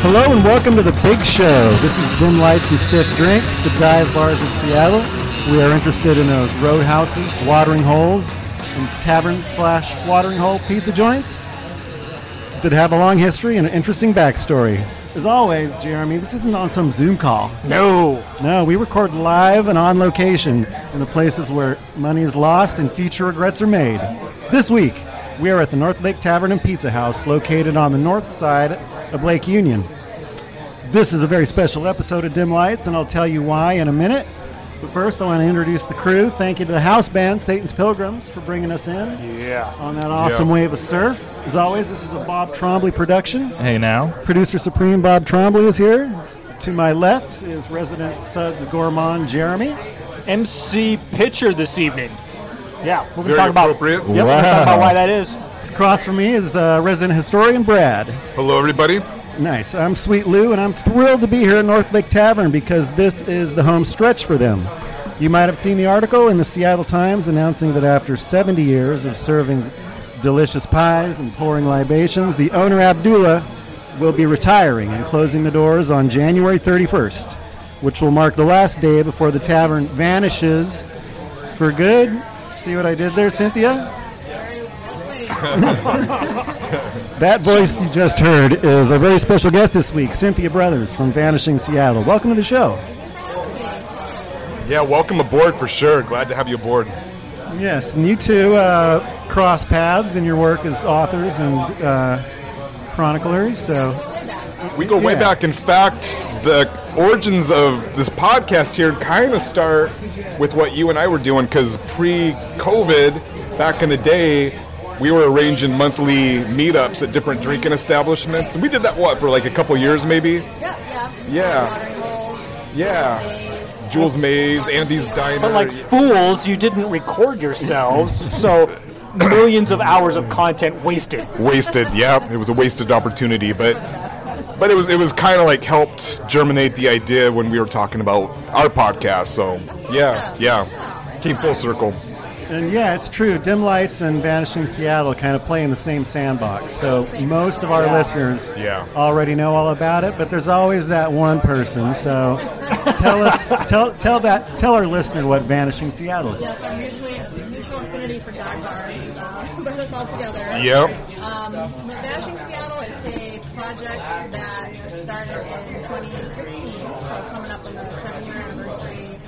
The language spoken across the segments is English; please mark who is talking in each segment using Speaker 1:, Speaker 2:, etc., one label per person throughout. Speaker 1: Hello and welcome to the Big Show. This is Dim Lights and Stiff Drinks, the dive bars of Seattle. We are interested in those roadhouses, watering holes, and tavern slash watering hole pizza joints that have a long history and an interesting backstory. As always, Jeremy, this isn't on some Zoom call.
Speaker 2: No.
Speaker 1: No, we record live and on location in the places where money is lost and future regrets are made. This week, we are at the North Lake Tavern and Pizza House located on the north side of Lake Union. This is a very special episode of Dim Lights, and I'll tell you why in a minute. But first, I want to introduce the crew. Thank you to the house band, Satan's Pilgrims, for bringing us in
Speaker 2: Yeah.
Speaker 1: on that awesome wave of surf. As always, this is a Bob Trombley production.
Speaker 3: Hey now.
Speaker 1: Producer Supreme Bob Trombley is here. To my left is resident Suds gourmand Jeremy.
Speaker 2: MC pitcher this evening. Yeah, we'll be
Speaker 4: Very
Speaker 2: talking about.
Speaker 4: appropriate.
Speaker 2: Yep, we're gonna talk about why that is.
Speaker 1: Across from me is uh, resident historian Brad.
Speaker 4: Hello, everybody.
Speaker 1: Nice. I'm Sweet Lou, and I'm thrilled to be here at North Lake Tavern because this is the home stretch for them. You might have seen the article in the Seattle Times announcing that after 70 years of serving delicious pies and pouring libations, the owner Abdullah will be retiring and closing the doors on January 31st, which will mark the last day before the tavern vanishes for good. See what I did there, Cynthia? That voice you just heard is a very special guest this week, Cynthia Brothers from Vanishing Seattle. Welcome to the show.
Speaker 4: Yeah, welcome aboard for sure. Glad to have you aboard.
Speaker 1: Yes, and you two uh, cross paths in your work as authors and uh, chroniclers. So,
Speaker 4: We go way
Speaker 1: Yeah.
Speaker 4: back. In fact, the origins of this podcast here kind of start with what you and I were doing because pre COVID, back in the day, we were arranging monthly meetups at different drinking establishments. And we did that, what, for like a couple years maybe?
Speaker 5: Yeah, yeah.
Speaker 4: Yeah.
Speaker 5: Watering holes.
Speaker 4: Yeah. Jules Mays, Andy's Diner.
Speaker 2: But like fools, you didn't record yourselves, so millions of hours of content wasted.
Speaker 4: wasted. Yeah, it was a wasted opportunity, but but it was it was kind of like helped germinate the idea when we were talking about our podcast. So yeah, yeah, came full circle.
Speaker 1: and yeah, it's true. Dim Lights and Vanishing Seattle kind of play in the same sandbox. So, most of our listeners
Speaker 4: Yeah.
Speaker 1: already know all about it, but there's always that one person. So, tell us, tell tell that, tell our listener what Vanishing Seattle is.
Speaker 5: So I'm usually mutual affinity for dive bars. Uh, put us all together.
Speaker 4: Yep.
Speaker 5: Um, the Vanishing Seattle is a project that started in 2016, so coming up on the seven year anniversary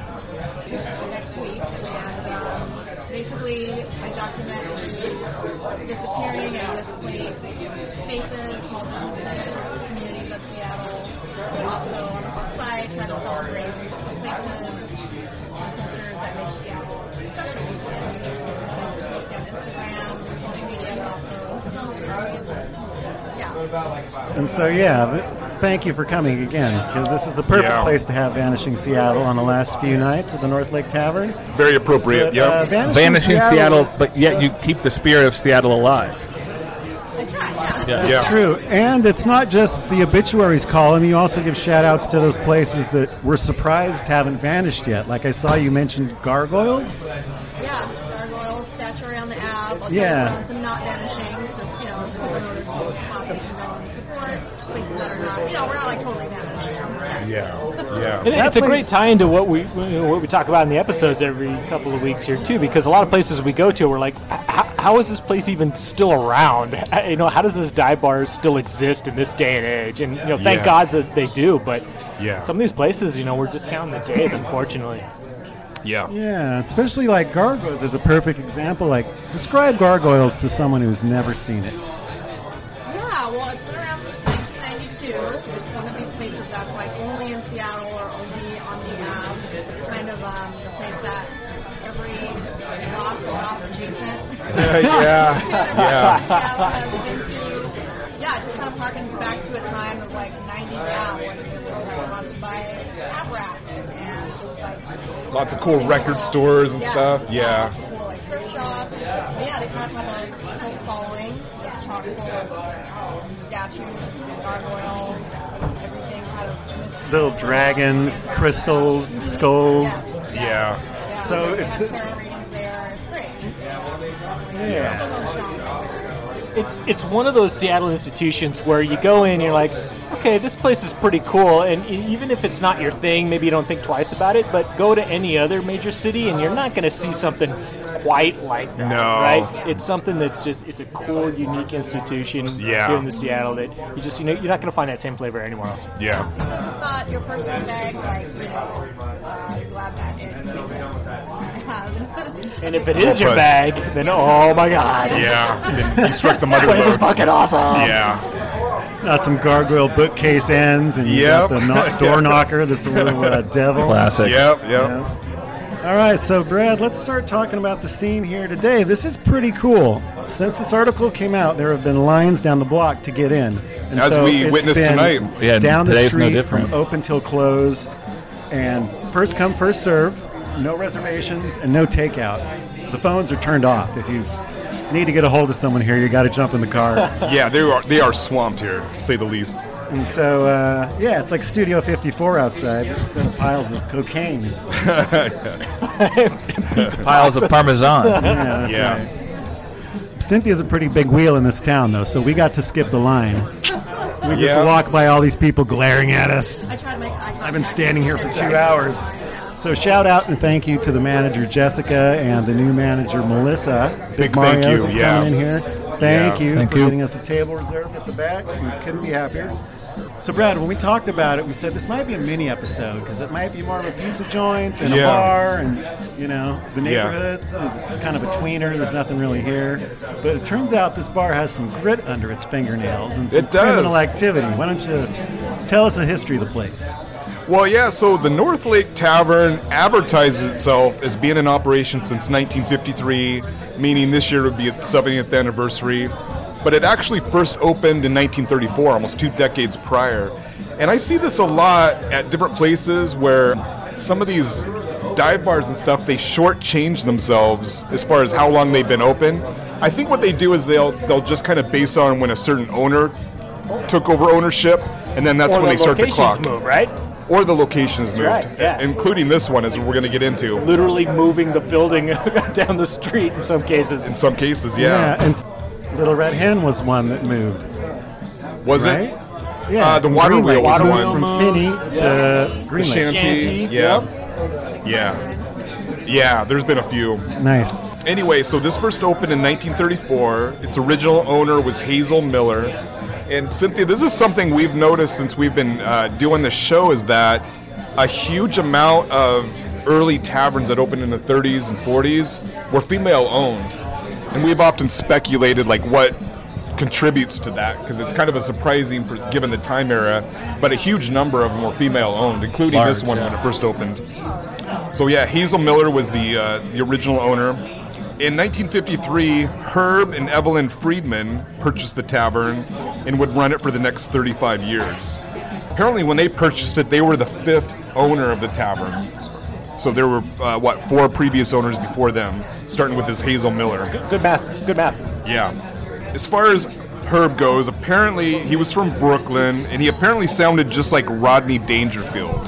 Speaker 5: next week. And um, basically, I document the disappearing and displaced spaces, homelessness, communities of Seattle, but also on the plus side, trying to celebrate places and cultures that make Seattle such a beautiful community. So, both on Instagram, social media, and also journalists. Yeah.
Speaker 1: And so, yeah, th- thank you for coming again because this is the perfect
Speaker 4: Yeah.
Speaker 1: place to have Vanishing Seattle on the last few nights at the North Lake Tavern.
Speaker 4: Very appropriate.
Speaker 1: But, uh,
Speaker 4: Yep.
Speaker 1: Vanishing,
Speaker 3: Vanishing Seattle,
Speaker 1: is-
Speaker 3: but yet you keep the spirit of Seattle alive.
Speaker 5: I try, yeah.
Speaker 3: Yeah.
Speaker 1: That's
Speaker 4: Yeah.
Speaker 1: true. And it's not just the obituaries column. You also give shout outs to those places that we're surprised haven't vanished yet. Like I saw you mentioned gargoyles.
Speaker 5: Yeah, gargoyle statuary on the app. I'll
Speaker 1: Yeah.
Speaker 5: Some, some not vanishing, it's just, you know, people who are supposed to pop in and support, places that are not, you know, we're not like totally vanished.
Speaker 4: Yeah.
Speaker 2: And
Speaker 4: Yeah.
Speaker 2: it's a
Speaker 1: place-
Speaker 2: great tie into what we what we talk about in the episodes every couple of weeks here too, because a lot of places we go to, we're like, "H- h- how is this place even still around? You know, how does this dive bar still exist in this day and age? And you know, thank
Speaker 4: Yeah.
Speaker 2: God that they do, but
Speaker 4: Yeah.
Speaker 2: some of these places, you know, we're just counting the days, unfortunately.
Speaker 4: Yeah.
Speaker 1: Yeah, especially like gargoyles is a perfect example. Like, describe gargoyles to someone who's never seen it.
Speaker 5: Yeah, well, it's been around since 1992. It's one of these places that's like only in Seattle or only on the app. It's kind of um, the place that every rock rock adjacent
Speaker 4: Yeah. Yeah.
Speaker 5: Yeah, just kind of harkens back to a time of like 90s now when people were like lots of buy app racks and just like
Speaker 4: Lots of cool record stores and
Speaker 5: yeah,
Speaker 4: stuff. Yeah.
Speaker 5: lots of cool, like thrift shops. But yeah, they kind of have like a cult following. It's chock full of um, statues, gargoyles, everything kind of mystical.
Speaker 1: Little dragons, crystals, skulls.
Speaker 4: Yeah.
Speaker 5: Yeah,
Speaker 1: So
Speaker 5: they
Speaker 1: it's-
Speaker 5: have
Speaker 1: it's-
Speaker 5: tarot readings there. It's great.
Speaker 1: Yeah.
Speaker 5: It's a little shop.
Speaker 2: It's it's one of those Seattle institutions where you go in, you're like, okay, this place is pretty cool, and e- even if it's not your thing, maybe you don't think twice about it. But go to any other major city, and you're not going to see something quite like that.
Speaker 4: No.
Speaker 2: right? It's something that's just it's a cool, unique institution
Speaker 4: Yeah.
Speaker 2: here in the Seattle that you just you know you're not going to find that same flavor anywhere else.
Speaker 4: Yeah.
Speaker 5: It's not your personal bag, like, you know, uh, your lab bag. It-
Speaker 2: And if it is your
Speaker 4: But-
Speaker 2: bag, then oh my god,
Speaker 4: Yeah. you struck the
Speaker 2: this is
Speaker 4: motherboard.
Speaker 2: fucking awesome.
Speaker 4: Yeah.
Speaker 1: Got some gargoyle bookcase ends, and you got
Speaker 4: Yep.
Speaker 1: the knock, door knocker that's a little uh, devil.
Speaker 3: Classic.
Speaker 4: Yep. Yep.
Speaker 1: Yes. All right, so Brad, let's start talking about the scene here today. This is pretty cool. Since this article came out, there have been lines down the block to get in. And
Speaker 4: As we
Speaker 1: it's
Speaker 4: witnessed
Speaker 1: been
Speaker 4: tonight.
Speaker 3: Yeah, and
Speaker 1: down the
Speaker 3: today's no
Speaker 1: street
Speaker 3: different.
Speaker 1: from open till close, and first come, first serve. No reservations and no takeout. The phones are turned off. If you need to get a hold of someone here, you got to jump in the car.
Speaker 4: Yeah. They are they are swamped here, to say the least.
Speaker 1: And so, uh, yeah, it's like Studio 54 outside. Just the piles of cocaine. It's, yeah,
Speaker 3: Piles of parmesan.
Speaker 1: that's
Speaker 4: Yeah.
Speaker 1: right. Cynthia's a pretty big wheel in this town, though, so we got to skip the line. We just
Speaker 4: Yeah.
Speaker 1: walk by all these people glaring at us.
Speaker 5: I tried my. I tried
Speaker 1: I've been standing here for two hours. So shout out and thank you to the manager Jessica and the new manager Melissa.
Speaker 4: Big thank
Speaker 1: Mario's
Speaker 4: you,
Speaker 1: is
Speaker 4: yeah.
Speaker 1: coming in here. Thank
Speaker 4: Yeah.
Speaker 1: you
Speaker 3: Thank
Speaker 1: for
Speaker 3: you.
Speaker 1: getting us a table reserved at the back. We couldn't be happier. So Brad, when we talked about it, we said this might be a mini episode because it might be more of a pizza joint and a
Speaker 4: Yeah.
Speaker 1: bar, and you know the neighborhood is kind of a tweener. There's nothing really here, but it turns out this bar has some grit under its fingernails and some
Speaker 4: It does.
Speaker 1: criminal activity. Why don't you tell us the history of the place?
Speaker 4: Well, yeah, so the North Lake Tavern advertises itself as being in operation since 1953, meaning this year would be its 70th anniversary. But it actually first opened in 1934, almost two decades prior. And I see this a lot at different places where some of these dive bars and stuff, they shortchange themselves as far as how long they've been open. I think what they do is they'll they'll just kind of base on when a certain owner took over ownership, and then that's
Speaker 2: or
Speaker 4: when
Speaker 2: the
Speaker 4: they start the
Speaker 2: locations
Speaker 4: clock
Speaker 2: move, right?
Speaker 4: or the locations moved,
Speaker 2: right, yeah.
Speaker 4: including this one, as we're going to get into.
Speaker 2: Literally moving the building down the street in some cases.
Speaker 4: In some cases, yeah.
Speaker 1: and Little Red Hen was one that moved,
Speaker 4: was
Speaker 1: right?
Speaker 4: it
Speaker 1: Yeah,
Speaker 4: Uh, the water
Speaker 1: Green Lake
Speaker 4: wheel was
Speaker 1: moved
Speaker 4: one.
Speaker 1: from Finney to
Speaker 4: the
Speaker 1: Green Lake.
Speaker 4: shanty?
Speaker 2: Shanty,
Speaker 4: Yeah, yeah, yeah. There's been a few.
Speaker 1: Nice.
Speaker 4: Anyway, so this first opened in 1934. Its original owner was Hazel Miller. And Cynthia, this is something we've noticed since we've been uh, doing the show is that a huge amount of early taverns that opened in the 30s and 40s were female owned. And we've often speculated like what contributes to that because it's kind of a surprising for, given the time era, but a huge number of them were female owned, including this
Speaker 3: Large,
Speaker 4: one
Speaker 3: yeah.
Speaker 4: when it first opened. So yeah, Hazel Miller was the uh, the original owner. In 1953, Herb and Evelyn Friedman purchased the tavern and would run it for the next 35 years. Apparently, when they purchased it, they were the fifth owner of the tavern. So there were uh, what four previous owners before them, starting with this Hazel Miller.
Speaker 2: Good math. Good math.
Speaker 4: Yeah. As far as Herb goes, apparently he was from Brooklyn, and he apparently sounded just like Rodney Dangerfield.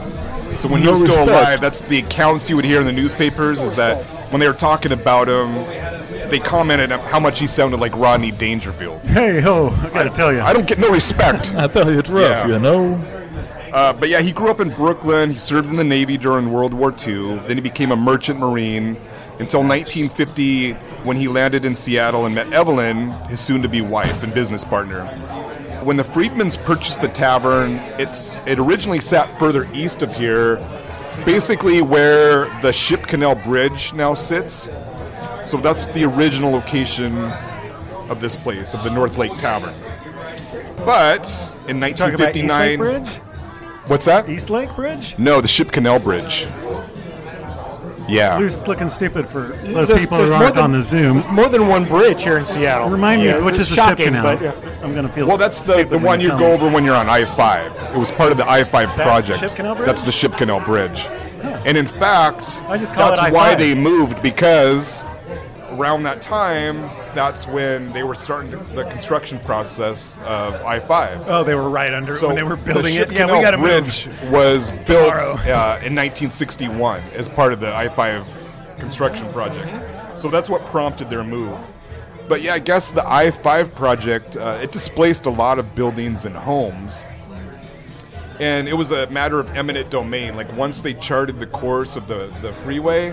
Speaker 4: So when he
Speaker 3: No
Speaker 4: was still
Speaker 3: respect.
Speaker 4: alive, that's the accounts you would hear in the newspapers is that when they were talking about him, they commented on how much he sounded like Rodney Dangerfield.
Speaker 1: Hey ho! I gotta tell you,
Speaker 4: I don't get no respect.
Speaker 3: I tell you, it's rough,
Speaker 4: Yeah.
Speaker 3: you know?
Speaker 4: Uh, but yeah, he grew up in Brooklyn. He served in the Navy during World War II. Then he became a merchant marine until 1950 when he landed in Seattle and met Evelyn, his soon to be wife and business partner. When the Freedmans purchased the tavern, it's it originally sat further east of here, basically where the Ship Canal Bridge now sits. So that's the original location of this place, of the North Lake Tavern. But in
Speaker 1: talking about East
Speaker 4: 1959,
Speaker 1: Lake Bridge.
Speaker 4: what's that?
Speaker 1: East Lake Bridge.
Speaker 4: No, the Ship Canal Bridge. Yeah.
Speaker 1: Who's looking stupid for those
Speaker 2: There's-
Speaker 1: people
Speaker 2: there's
Speaker 1: who
Speaker 2: more
Speaker 1: aren't
Speaker 2: than-
Speaker 1: on the Zoom?
Speaker 2: More than one bridge here in Seattle.
Speaker 1: Remind
Speaker 2: Yeah,
Speaker 1: me, which is the ship
Speaker 2: shocking,
Speaker 1: canal?
Speaker 2: But, yeah.
Speaker 1: I'm gonna feel
Speaker 4: Well, that's the,
Speaker 1: stupid
Speaker 4: the
Speaker 1: when
Speaker 4: one you
Speaker 1: tell
Speaker 4: go
Speaker 1: me.
Speaker 4: over when you're on I 5. It was part of the I 5
Speaker 1: the
Speaker 4: project.
Speaker 1: Ship Canal Bridge?
Speaker 4: That's the Ship Canal Bridge. And in fact,
Speaker 1: I just call it
Speaker 4: that's
Speaker 1: I-5.
Speaker 4: why they moved because around that time, that's when they were starting the construction process of I 5.
Speaker 1: Oh, they were right under it when they were building
Speaker 4: the
Speaker 1: it.
Speaker 4: Ship
Speaker 1: Yeah, we
Speaker 4: Canal
Speaker 1: gotta
Speaker 4: Bridge
Speaker 1: move.
Speaker 4: was built
Speaker 1: tomorrow.
Speaker 4: uh, in 1961 as part of the I-5 construction project. So that's what prompted their move. But yeah, I guess the I-5 project uh, it displaced a lot of buildings and homes, and it was a matter of eminent domain. Like once they charted the course of the, the freeway,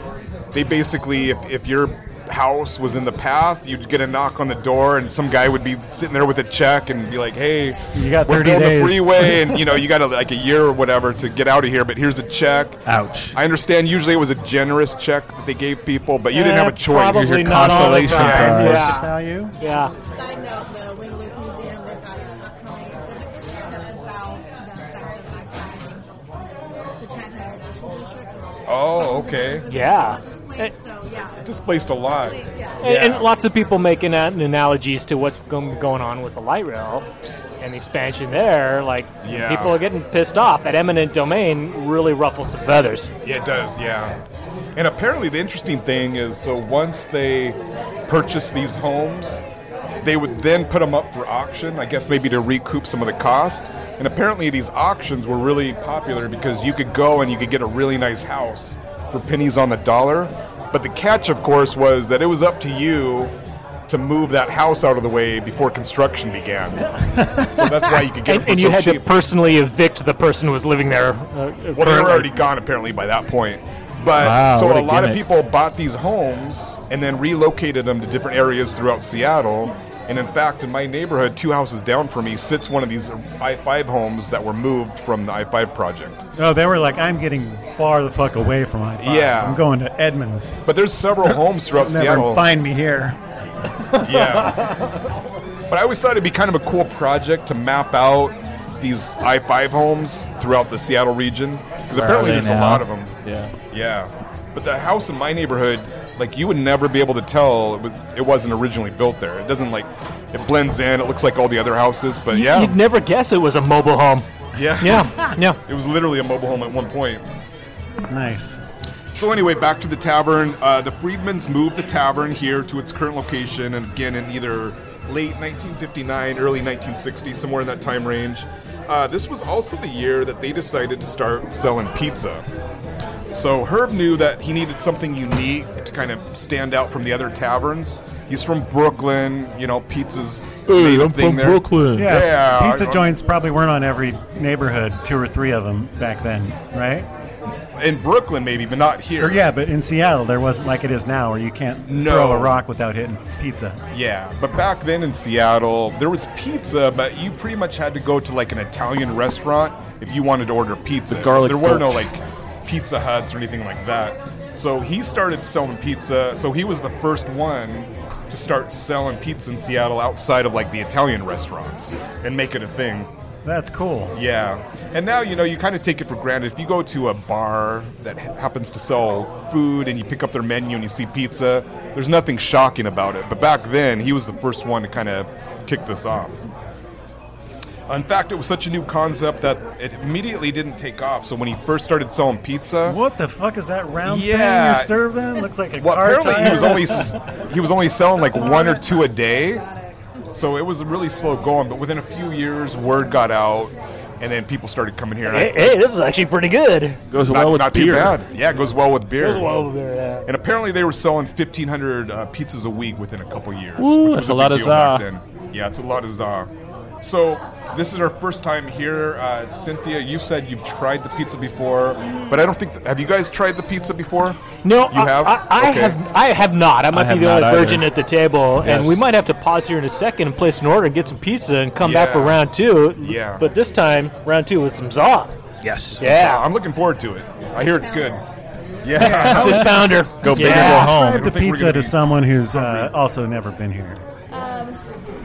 Speaker 4: they basically, if, if your house was in the path, you'd get a knock on the door, and some guy would be sitting there with a check and be like, "Hey,
Speaker 6: You got
Speaker 4: we're
Speaker 6: 30
Speaker 4: building
Speaker 6: days."
Speaker 4: a freeway, and you know you got a, like a year or whatever to get out of here, but here's a check."
Speaker 3: Ouch.
Speaker 4: I understand. Usually, it was a generous check that they gave people, but you didn't have a
Speaker 2: Eh,
Speaker 4: choice.
Speaker 2: Probably
Speaker 3: Your
Speaker 2: not all the
Speaker 3: consolation
Speaker 2: time.
Speaker 3: prize.
Speaker 2: Yeah.
Speaker 6: value.
Speaker 2: Yeah.
Speaker 5: Side note, the Wing Week Museum, they've got an upcoming exhibit this year that's about the effect of archiving the Chinese Heritage District.
Speaker 4: Oh, okay.
Speaker 2: Yeah.
Speaker 5: Place, so, yeah.
Speaker 4: Displaced a lot.
Speaker 5: Yeah.
Speaker 2: And-
Speaker 4: Yeah.
Speaker 2: And lots of people making an- analogies to what's go- going on with the light rail and the expansion there. Like,
Speaker 4: Yeah.
Speaker 2: people are getting pissed off. That eminent domain really ruffles some feathers.
Speaker 4: Yeah, it does. Yeah. And apparently, the interesting thing is, so once they purchase these homes, they would then put them up for auction. I guess maybe to recoup some of the cost. And apparently, these auctions were really popular because you could go and you could get a really nice house for pennies on the dollar. But the catch, of course, was that it was up to you to move that house out of the way before construction began. so that's why you could get it
Speaker 2: And,
Speaker 4: for
Speaker 2: and
Speaker 4: so
Speaker 2: you had to
Speaker 4: cheap.
Speaker 2: personally evict the person who was living there. Uh,
Speaker 4: Well, they were
Speaker 2: currently.
Speaker 4: already gone apparently by that point. But
Speaker 3: Wow,
Speaker 4: so
Speaker 3: what
Speaker 4: a,
Speaker 3: a
Speaker 4: lot of
Speaker 3: gimmick.
Speaker 4: people bought these homes and then relocated them to different areas throughout Seattle. And in fact, in my neighborhood, two houses down from me, sits one of these I 5 homes that were moved from the I 5 project.
Speaker 6: Oh, they were like, I'm getting far the fuck away from I.
Speaker 4: Yeah.
Speaker 6: I'm going to Edmonds.
Speaker 4: But there's several homes throughout
Speaker 6: Never
Speaker 4: Seattle.
Speaker 6: find me here.
Speaker 4: Yeah. but I always thought it'd be kind of a cool project to map out these I 5 homes throughout the Seattle region. Because
Speaker 3: Where are
Speaker 4: apparently
Speaker 3: they
Speaker 4: there's a
Speaker 3: now?
Speaker 4: lot of them.
Speaker 3: Yeah.
Speaker 4: Yeah, but the house in my neighborhood, like you would never be able to tell it, was, it wasn't originally built there. It doesn't like it blends in. It looks like all the other houses, but yeah,
Speaker 2: You'd never guess it was a mobile home.
Speaker 4: yeah,
Speaker 2: Yeah, yeah.
Speaker 4: it was literally a mobile home at one point.
Speaker 6: Nice.
Speaker 4: So anyway, back to the tavern. Uh, the Freedmans moved the tavern here to its current location, and again in either late 1959, early 1960, somewhere in that time range. Uh, this was also the year that they decided to start selling pizza. So Herb knew that he needed something unique to kind of stand out from the other taverns. He's from Brooklyn, you know, pizza's native thing there.
Speaker 6: Yeah,
Speaker 4: Yeah,
Speaker 6: pizza
Speaker 4: I-
Speaker 6: joints probably weren't on every neighborhood, two or three of them back then, right?
Speaker 4: In Brooklyn, maybe, but not here.
Speaker 6: Or yeah, but in Seattle there wasn't like it is now, where you can't
Speaker 4: No.
Speaker 6: throw a rock without hitting pizza.
Speaker 4: Yeah, but back then in Seattle, there was pizza, but you pretty much had to go to like an Italian restaurant if you wanted to order pizza.
Speaker 3: The garlic
Speaker 4: there were no
Speaker 3: gulch.
Speaker 4: like pizza huts or anything like that. So he started selling pizza. So he was the first one to start selling pizza in Seattle outside of like the Italian restaurants and make it a thing.
Speaker 6: That's cool.
Speaker 4: Yeah. And now, you know, you kind of take it for granted. If you go to a bar that ha- happens to sell food and you pick up their menu and you see pizza, there's nothing shocking about it. But back then, he was the first one to kind of kick this off. In fact, it was such a new concept that it immediately didn't take off. So when he first started selling pizza,
Speaker 6: What the fuck is that round
Speaker 4: Yeah.
Speaker 6: thing you're serving? Looks like a
Speaker 4: well,
Speaker 6: car
Speaker 4: apparently he
Speaker 6: tire.
Speaker 4: was only s- he was only selling like one or two a day, so it was really slow going. But within a few years, word got out, and then people started coming here. And I-
Speaker 2: Hey, hey, this is actually pretty good.
Speaker 3: Goes
Speaker 4: not,
Speaker 3: well with
Speaker 4: not
Speaker 3: beer.
Speaker 4: too bad. Yeah, it goes well with beer.
Speaker 2: there.
Speaker 4: And apparently they were selling 1,500 uh, pizzas a week within a couple years. which
Speaker 3: Ooh,
Speaker 4: was
Speaker 3: that's
Speaker 4: a,
Speaker 3: a lot
Speaker 4: big
Speaker 3: of
Speaker 4: deal back
Speaker 3: za.
Speaker 4: then. Yeah, it's a lot of za. So this is our first time here. Uh, Cynthia, you said you've tried the pizza before, but I don't think... have you guys tried the pizza before?
Speaker 2: No,
Speaker 4: You
Speaker 2: I,
Speaker 4: have?
Speaker 2: I, I
Speaker 4: Okay.
Speaker 2: have. I have not. I might
Speaker 3: have
Speaker 2: be the
Speaker 3: not
Speaker 2: only virgin
Speaker 3: either.
Speaker 2: at the table, and
Speaker 3: Yes.
Speaker 2: we might have to pause here in a second and place an order and get some pizza and come back for
Speaker 4: Yeah.
Speaker 2: round two.
Speaker 4: Yeah.
Speaker 2: But this time, round two with some za.
Speaker 3: Yes.
Speaker 4: Uh,
Speaker 2: Yeah.
Speaker 4: I'm looking forward to it. I hear it's good. Yeah.
Speaker 2: Six pounder.
Speaker 3: Go big or
Speaker 2: Yeah.
Speaker 3: go home.
Speaker 6: Describe the
Speaker 4: I think we're
Speaker 6: pizza
Speaker 4: gonna
Speaker 6: to
Speaker 4: be
Speaker 6: someone who's uh, also never been here.
Speaker 5: Um,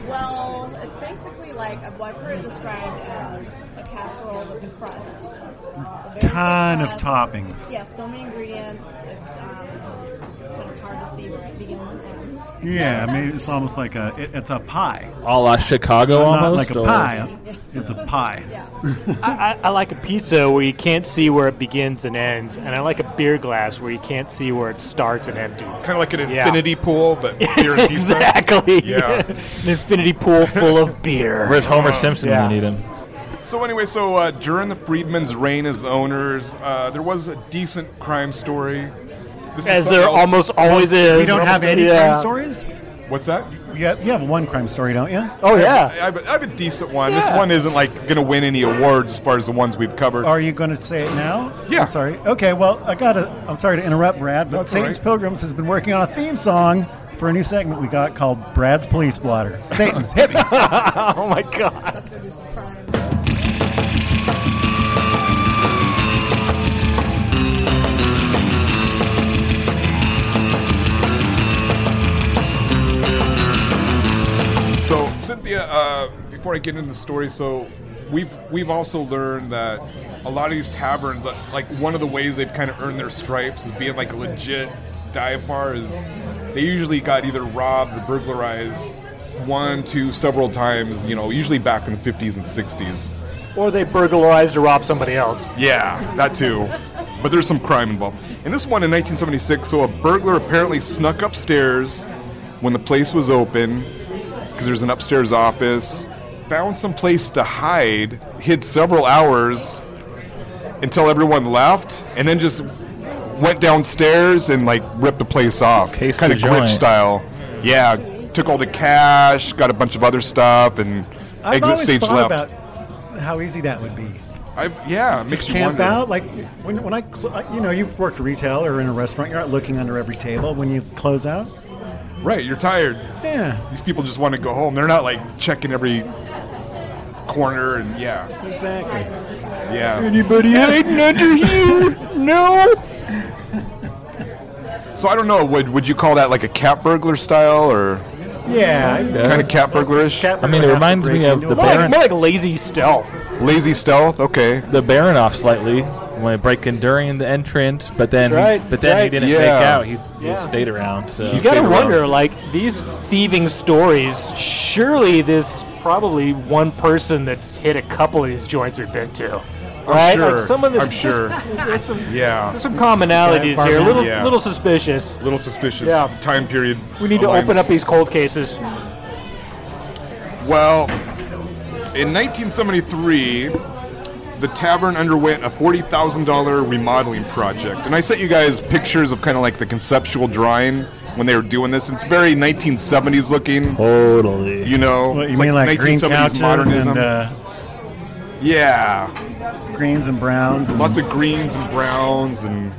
Speaker 5: well, it's basically like what I've heard it described as a casserole with a crust. It's a very
Speaker 6: Ton
Speaker 5: thick
Speaker 6: of
Speaker 5: crust.
Speaker 6: toppings.
Speaker 5: Yes, so many ingredients. It's um, kind of hard to see where it begins and ends.
Speaker 6: Yeah, I mean it's almost like a it, it's a pie,
Speaker 3: A la Chicago
Speaker 6: not
Speaker 3: almost.
Speaker 6: like a
Speaker 3: or-
Speaker 6: pie. It's a pie.
Speaker 5: Yeah.
Speaker 2: I, I, I like a pizza where you can't see where it begins and ends, and I like a beer glass where you can't see where it starts and empties.
Speaker 4: kind of like an
Speaker 2: Yeah.
Speaker 4: infinity pool, but beer and pizza.
Speaker 2: exactly.
Speaker 4: Yeah.
Speaker 2: An infinity pool full of beer.
Speaker 3: Where's
Speaker 4: Uh,
Speaker 3: Homer Simpson
Speaker 2: Yeah.
Speaker 3: when you need him?
Speaker 4: So anyway, so uh, during the Freedmen's reign as the owners, uh, there was a decent crime story. This is
Speaker 2: As
Speaker 4: something
Speaker 2: there
Speaker 4: else-
Speaker 2: almost always is.
Speaker 6: We don't have any
Speaker 2: Yeah.
Speaker 6: crime stories.
Speaker 4: What's that?
Speaker 1: You have, you have one crime story, don't you?
Speaker 2: Oh yeah.
Speaker 4: I have, a, I have a decent one. This
Speaker 2: Yeah.
Speaker 4: one isn't like going to win any awards as far as the ones we've covered.
Speaker 1: Are you going to say it now?
Speaker 4: Yeah.
Speaker 1: I'm sorry. Okay, well, I got to. I'm sorry to interrupt, Brad, but
Speaker 4: That's all
Speaker 1: Satan's
Speaker 4: right.
Speaker 1: Pilgrims has been working on a theme song for a new segment we got called Brad's Police Blotter. Satan's, hit me.
Speaker 2: Oh my god.
Speaker 4: So Cynthia, uh, before I get into the story, so we've we've also learned that a lot of these taverns, uh, like one of the ways they've kind of earned their stripes is being like a legit dive bar is they usually got either robbed or burglarized one, two, several times. You know, usually back in the fifties and sixties.
Speaker 2: Or they burglarized or robbed somebody else.
Speaker 4: Yeah, that too. But there's some crime involved. In this one in 1976, so a burglar apparently snuck upstairs when the place was open, because there's an upstairs office, found some place to hide, hid several hours until everyone left, and then just went downstairs and like ripped the place off.
Speaker 3: Case
Speaker 4: kind of
Speaker 3: the
Speaker 4: Grinch
Speaker 3: Giant.
Speaker 4: style. Yeah, took all the cash, got a bunch of other stuff, and
Speaker 1: I've
Speaker 4: exit
Speaker 1: always
Speaker 4: stage
Speaker 1: thought
Speaker 4: left.
Speaker 1: about how easy that would be.
Speaker 4: I, yeah, it makes
Speaker 1: Just
Speaker 4: you
Speaker 1: camp
Speaker 4: wonder.
Speaker 1: out, like when, when I, cl- I- you know, you've worked retail or in a restaurant, you're out looking under every table when you close out.
Speaker 4: Right, you're tired.
Speaker 1: Yeah,
Speaker 4: These people just want to go home. They're not like checking every corner and yeah,
Speaker 1: exactly.
Speaker 4: yeah.
Speaker 2: Anybody hiding under here? No.
Speaker 4: So I don't know. Would would you call that like a cat burglar style or
Speaker 1: Yeah, I-
Speaker 4: kind of cat burglarish?
Speaker 1: Cat
Speaker 3: I mean, it
Speaker 1: would have to
Speaker 3: reminds
Speaker 1: break
Speaker 3: me of
Speaker 1: into
Speaker 3: the
Speaker 1: a box.
Speaker 2: More like,
Speaker 3: Baron.
Speaker 2: more like lazy stealth.
Speaker 4: Lazy stealth. Okay.
Speaker 3: The Baron off slightly when breaking during the entrance, but then
Speaker 2: That's right,
Speaker 3: but then
Speaker 2: that's
Speaker 3: he didn't
Speaker 4: right.
Speaker 3: make
Speaker 4: Yeah.
Speaker 3: out. He, he
Speaker 2: Yeah.
Speaker 3: stayed around. So
Speaker 2: You gotta
Speaker 4: stayed around.
Speaker 2: wonder, like these thieving stories. Surely, this probably one person that's hit a couple of these joints we've been to, right?
Speaker 4: sure.
Speaker 2: Like some of the,
Speaker 4: I'm sure.
Speaker 2: there's some,
Speaker 4: Yeah.
Speaker 2: there's some commonalities
Speaker 1: Giant
Speaker 2: here. A little,
Speaker 4: Yeah.
Speaker 2: little suspicious.
Speaker 4: Little suspicious.
Speaker 2: Yeah.
Speaker 4: Time period.
Speaker 2: We need to
Speaker 4: aligns.
Speaker 2: open up these cold cases.
Speaker 4: Well, in 1973, the tavern underwent a $40,000 remodeling project. And I sent you guys pictures of kind of like the conceptual drawing when they were doing this. It's very 1970s looking.
Speaker 3: totally.
Speaker 4: You know,
Speaker 1: What, you
Speaker 4: it's
Speaker 1: mean like, green
Speaker 4: 1970s
Speaker 1: couches and uh,
Speaker 4: yeah,
Speaker 1: greens and browns? And
Speaker 4: lots of greens and browns and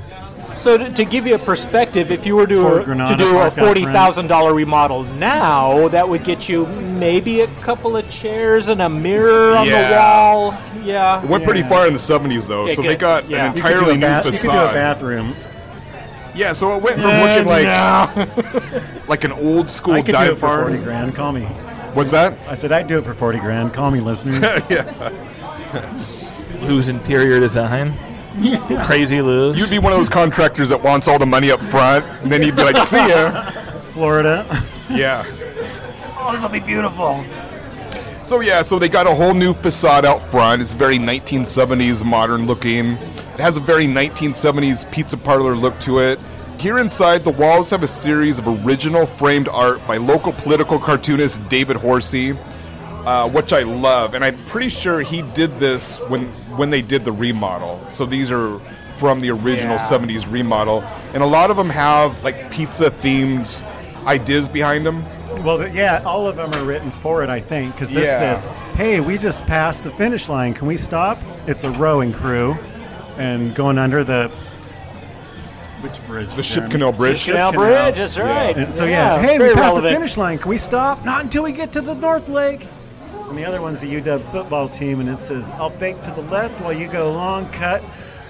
Speaker 2: So to, to give you a perspective, if you were
Speaker 1: Fort
Speaker 2: to, to
Speaker 1: Granada
Speaker 2: do a
Speaker 1: Park out
Speaker 2: forty thousand dollar remodel now, that would get you maybe a couple of chairs and a mirror on the
Speaker 4: Yeah.
Speaker 2: wall. Yeah,
Speaker 4: it went pretty
Speaker 1: Yeah.
Speaker 4: far in the 70s though.
Speaker 2: Yeah,
Speaker 4: so
Speaker 2: good.
Speaker 4: they got
Speaker 2: Yeah.
Speaker 4: an
Speaker 2: You could
Speaker 1: you could do a
Speaker 4: entirely new
Speaker 1: bath- You could do a
Speaker 4: facade.
Speaker 1: bathroom.
Speaker 4: Yeah, so it went from looking like like an old school
Speaker 1: I could do it
Speaker 4: dive
Speaker 1: for
Speaker 4: bar.
Speaker 1: forty grand. Call me.
Speaker 4: What's that?
Speaker 1: I said I'd do it for forty grand. Call me, listeners.
Speaker 3: Who's interior design? Crazy Lou.
Speaker 4: You'd be one of those contractors that wants all the money up front, and then he'd be like, "See ya."
Speaker 1: Florida.
Speaker 4: Yeah.
Speaker 2: Oh, this will be beautiful.
Speaker 4: So yeah, so they got a whole new facade out front. It's very 1970s modern looking. It has a very 1970s pizza parlor look to it. Here inside, the walls have a series of original framed art by local political cartoonist David Horsey, uh, which I love, and I'm pretty sure he did this when when they did the remodel. So these are from the original
Speaker 2: Yeah.
Speaker 4: 70s remodel, and a lot of them have like pizza themed ideas behind them.
Speaker 1: Well, but yeah, all of them are written for it, I think, because this
Speaker 4: Yeah.
Speaker 1: says, "Hey, we just passed the finish line. Can we stop?" It's a rowing crew, and going under the which bridge?
Speaker 4: The Ship Canal Bridge.
Speaker 2: Canal Bridge, that's right.
Speaker 1: And so yeah, hey, we
Speaker 2: very
Speaker 1: passed the
Speaker 2: relevant.
Speaker 1: finish line. Can we stop? Not until we get to the North Lake. And the other one's the UW football team, and it says, "I'll fake to the left while you go long cut."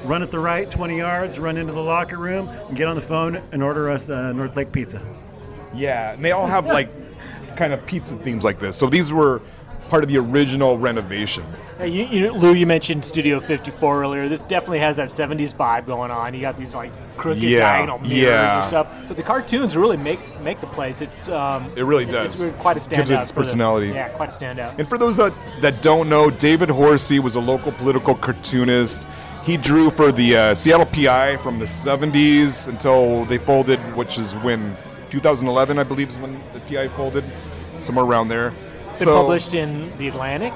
Speaker 1: Run at the right, 20 yards, run into the locker room, and get on the phone and order us uh, North Lake Pizza.
Speaker 4: Yeah, and they all have like kind of pizza themes like this. So these were part of the original renovation.
Speaker 2: Hey, you, you, Lou, you mentioned Studio 54 earlier. This definitely has that 70s vibe going on. You got these like crooked
Speaker 4: Yeah,
Speaker 2: diagonal mirrors
Speaker 4: yeah.
Speaker 2: and stuff. But the cartoons really make make the place. It's um,
Speaker 4: It really
Speaker 2: It's
Speaker 4: does.
Speaker 2: really quite a standout.
Speaker 4: Gives it its
Speaker 2: for the-
Speaker 4: personality.
Speaker 2: yeah, quite a standout.
Speaker 4: And for those that, that don't know, David Horsey was a local political cartoonist. He drew for the uh, Seattle PI from the 70s until they folded, which is when 2011, I believe, is when the PI folded, somewhere around there.
Speaker 2: It's been published in the Atlantic.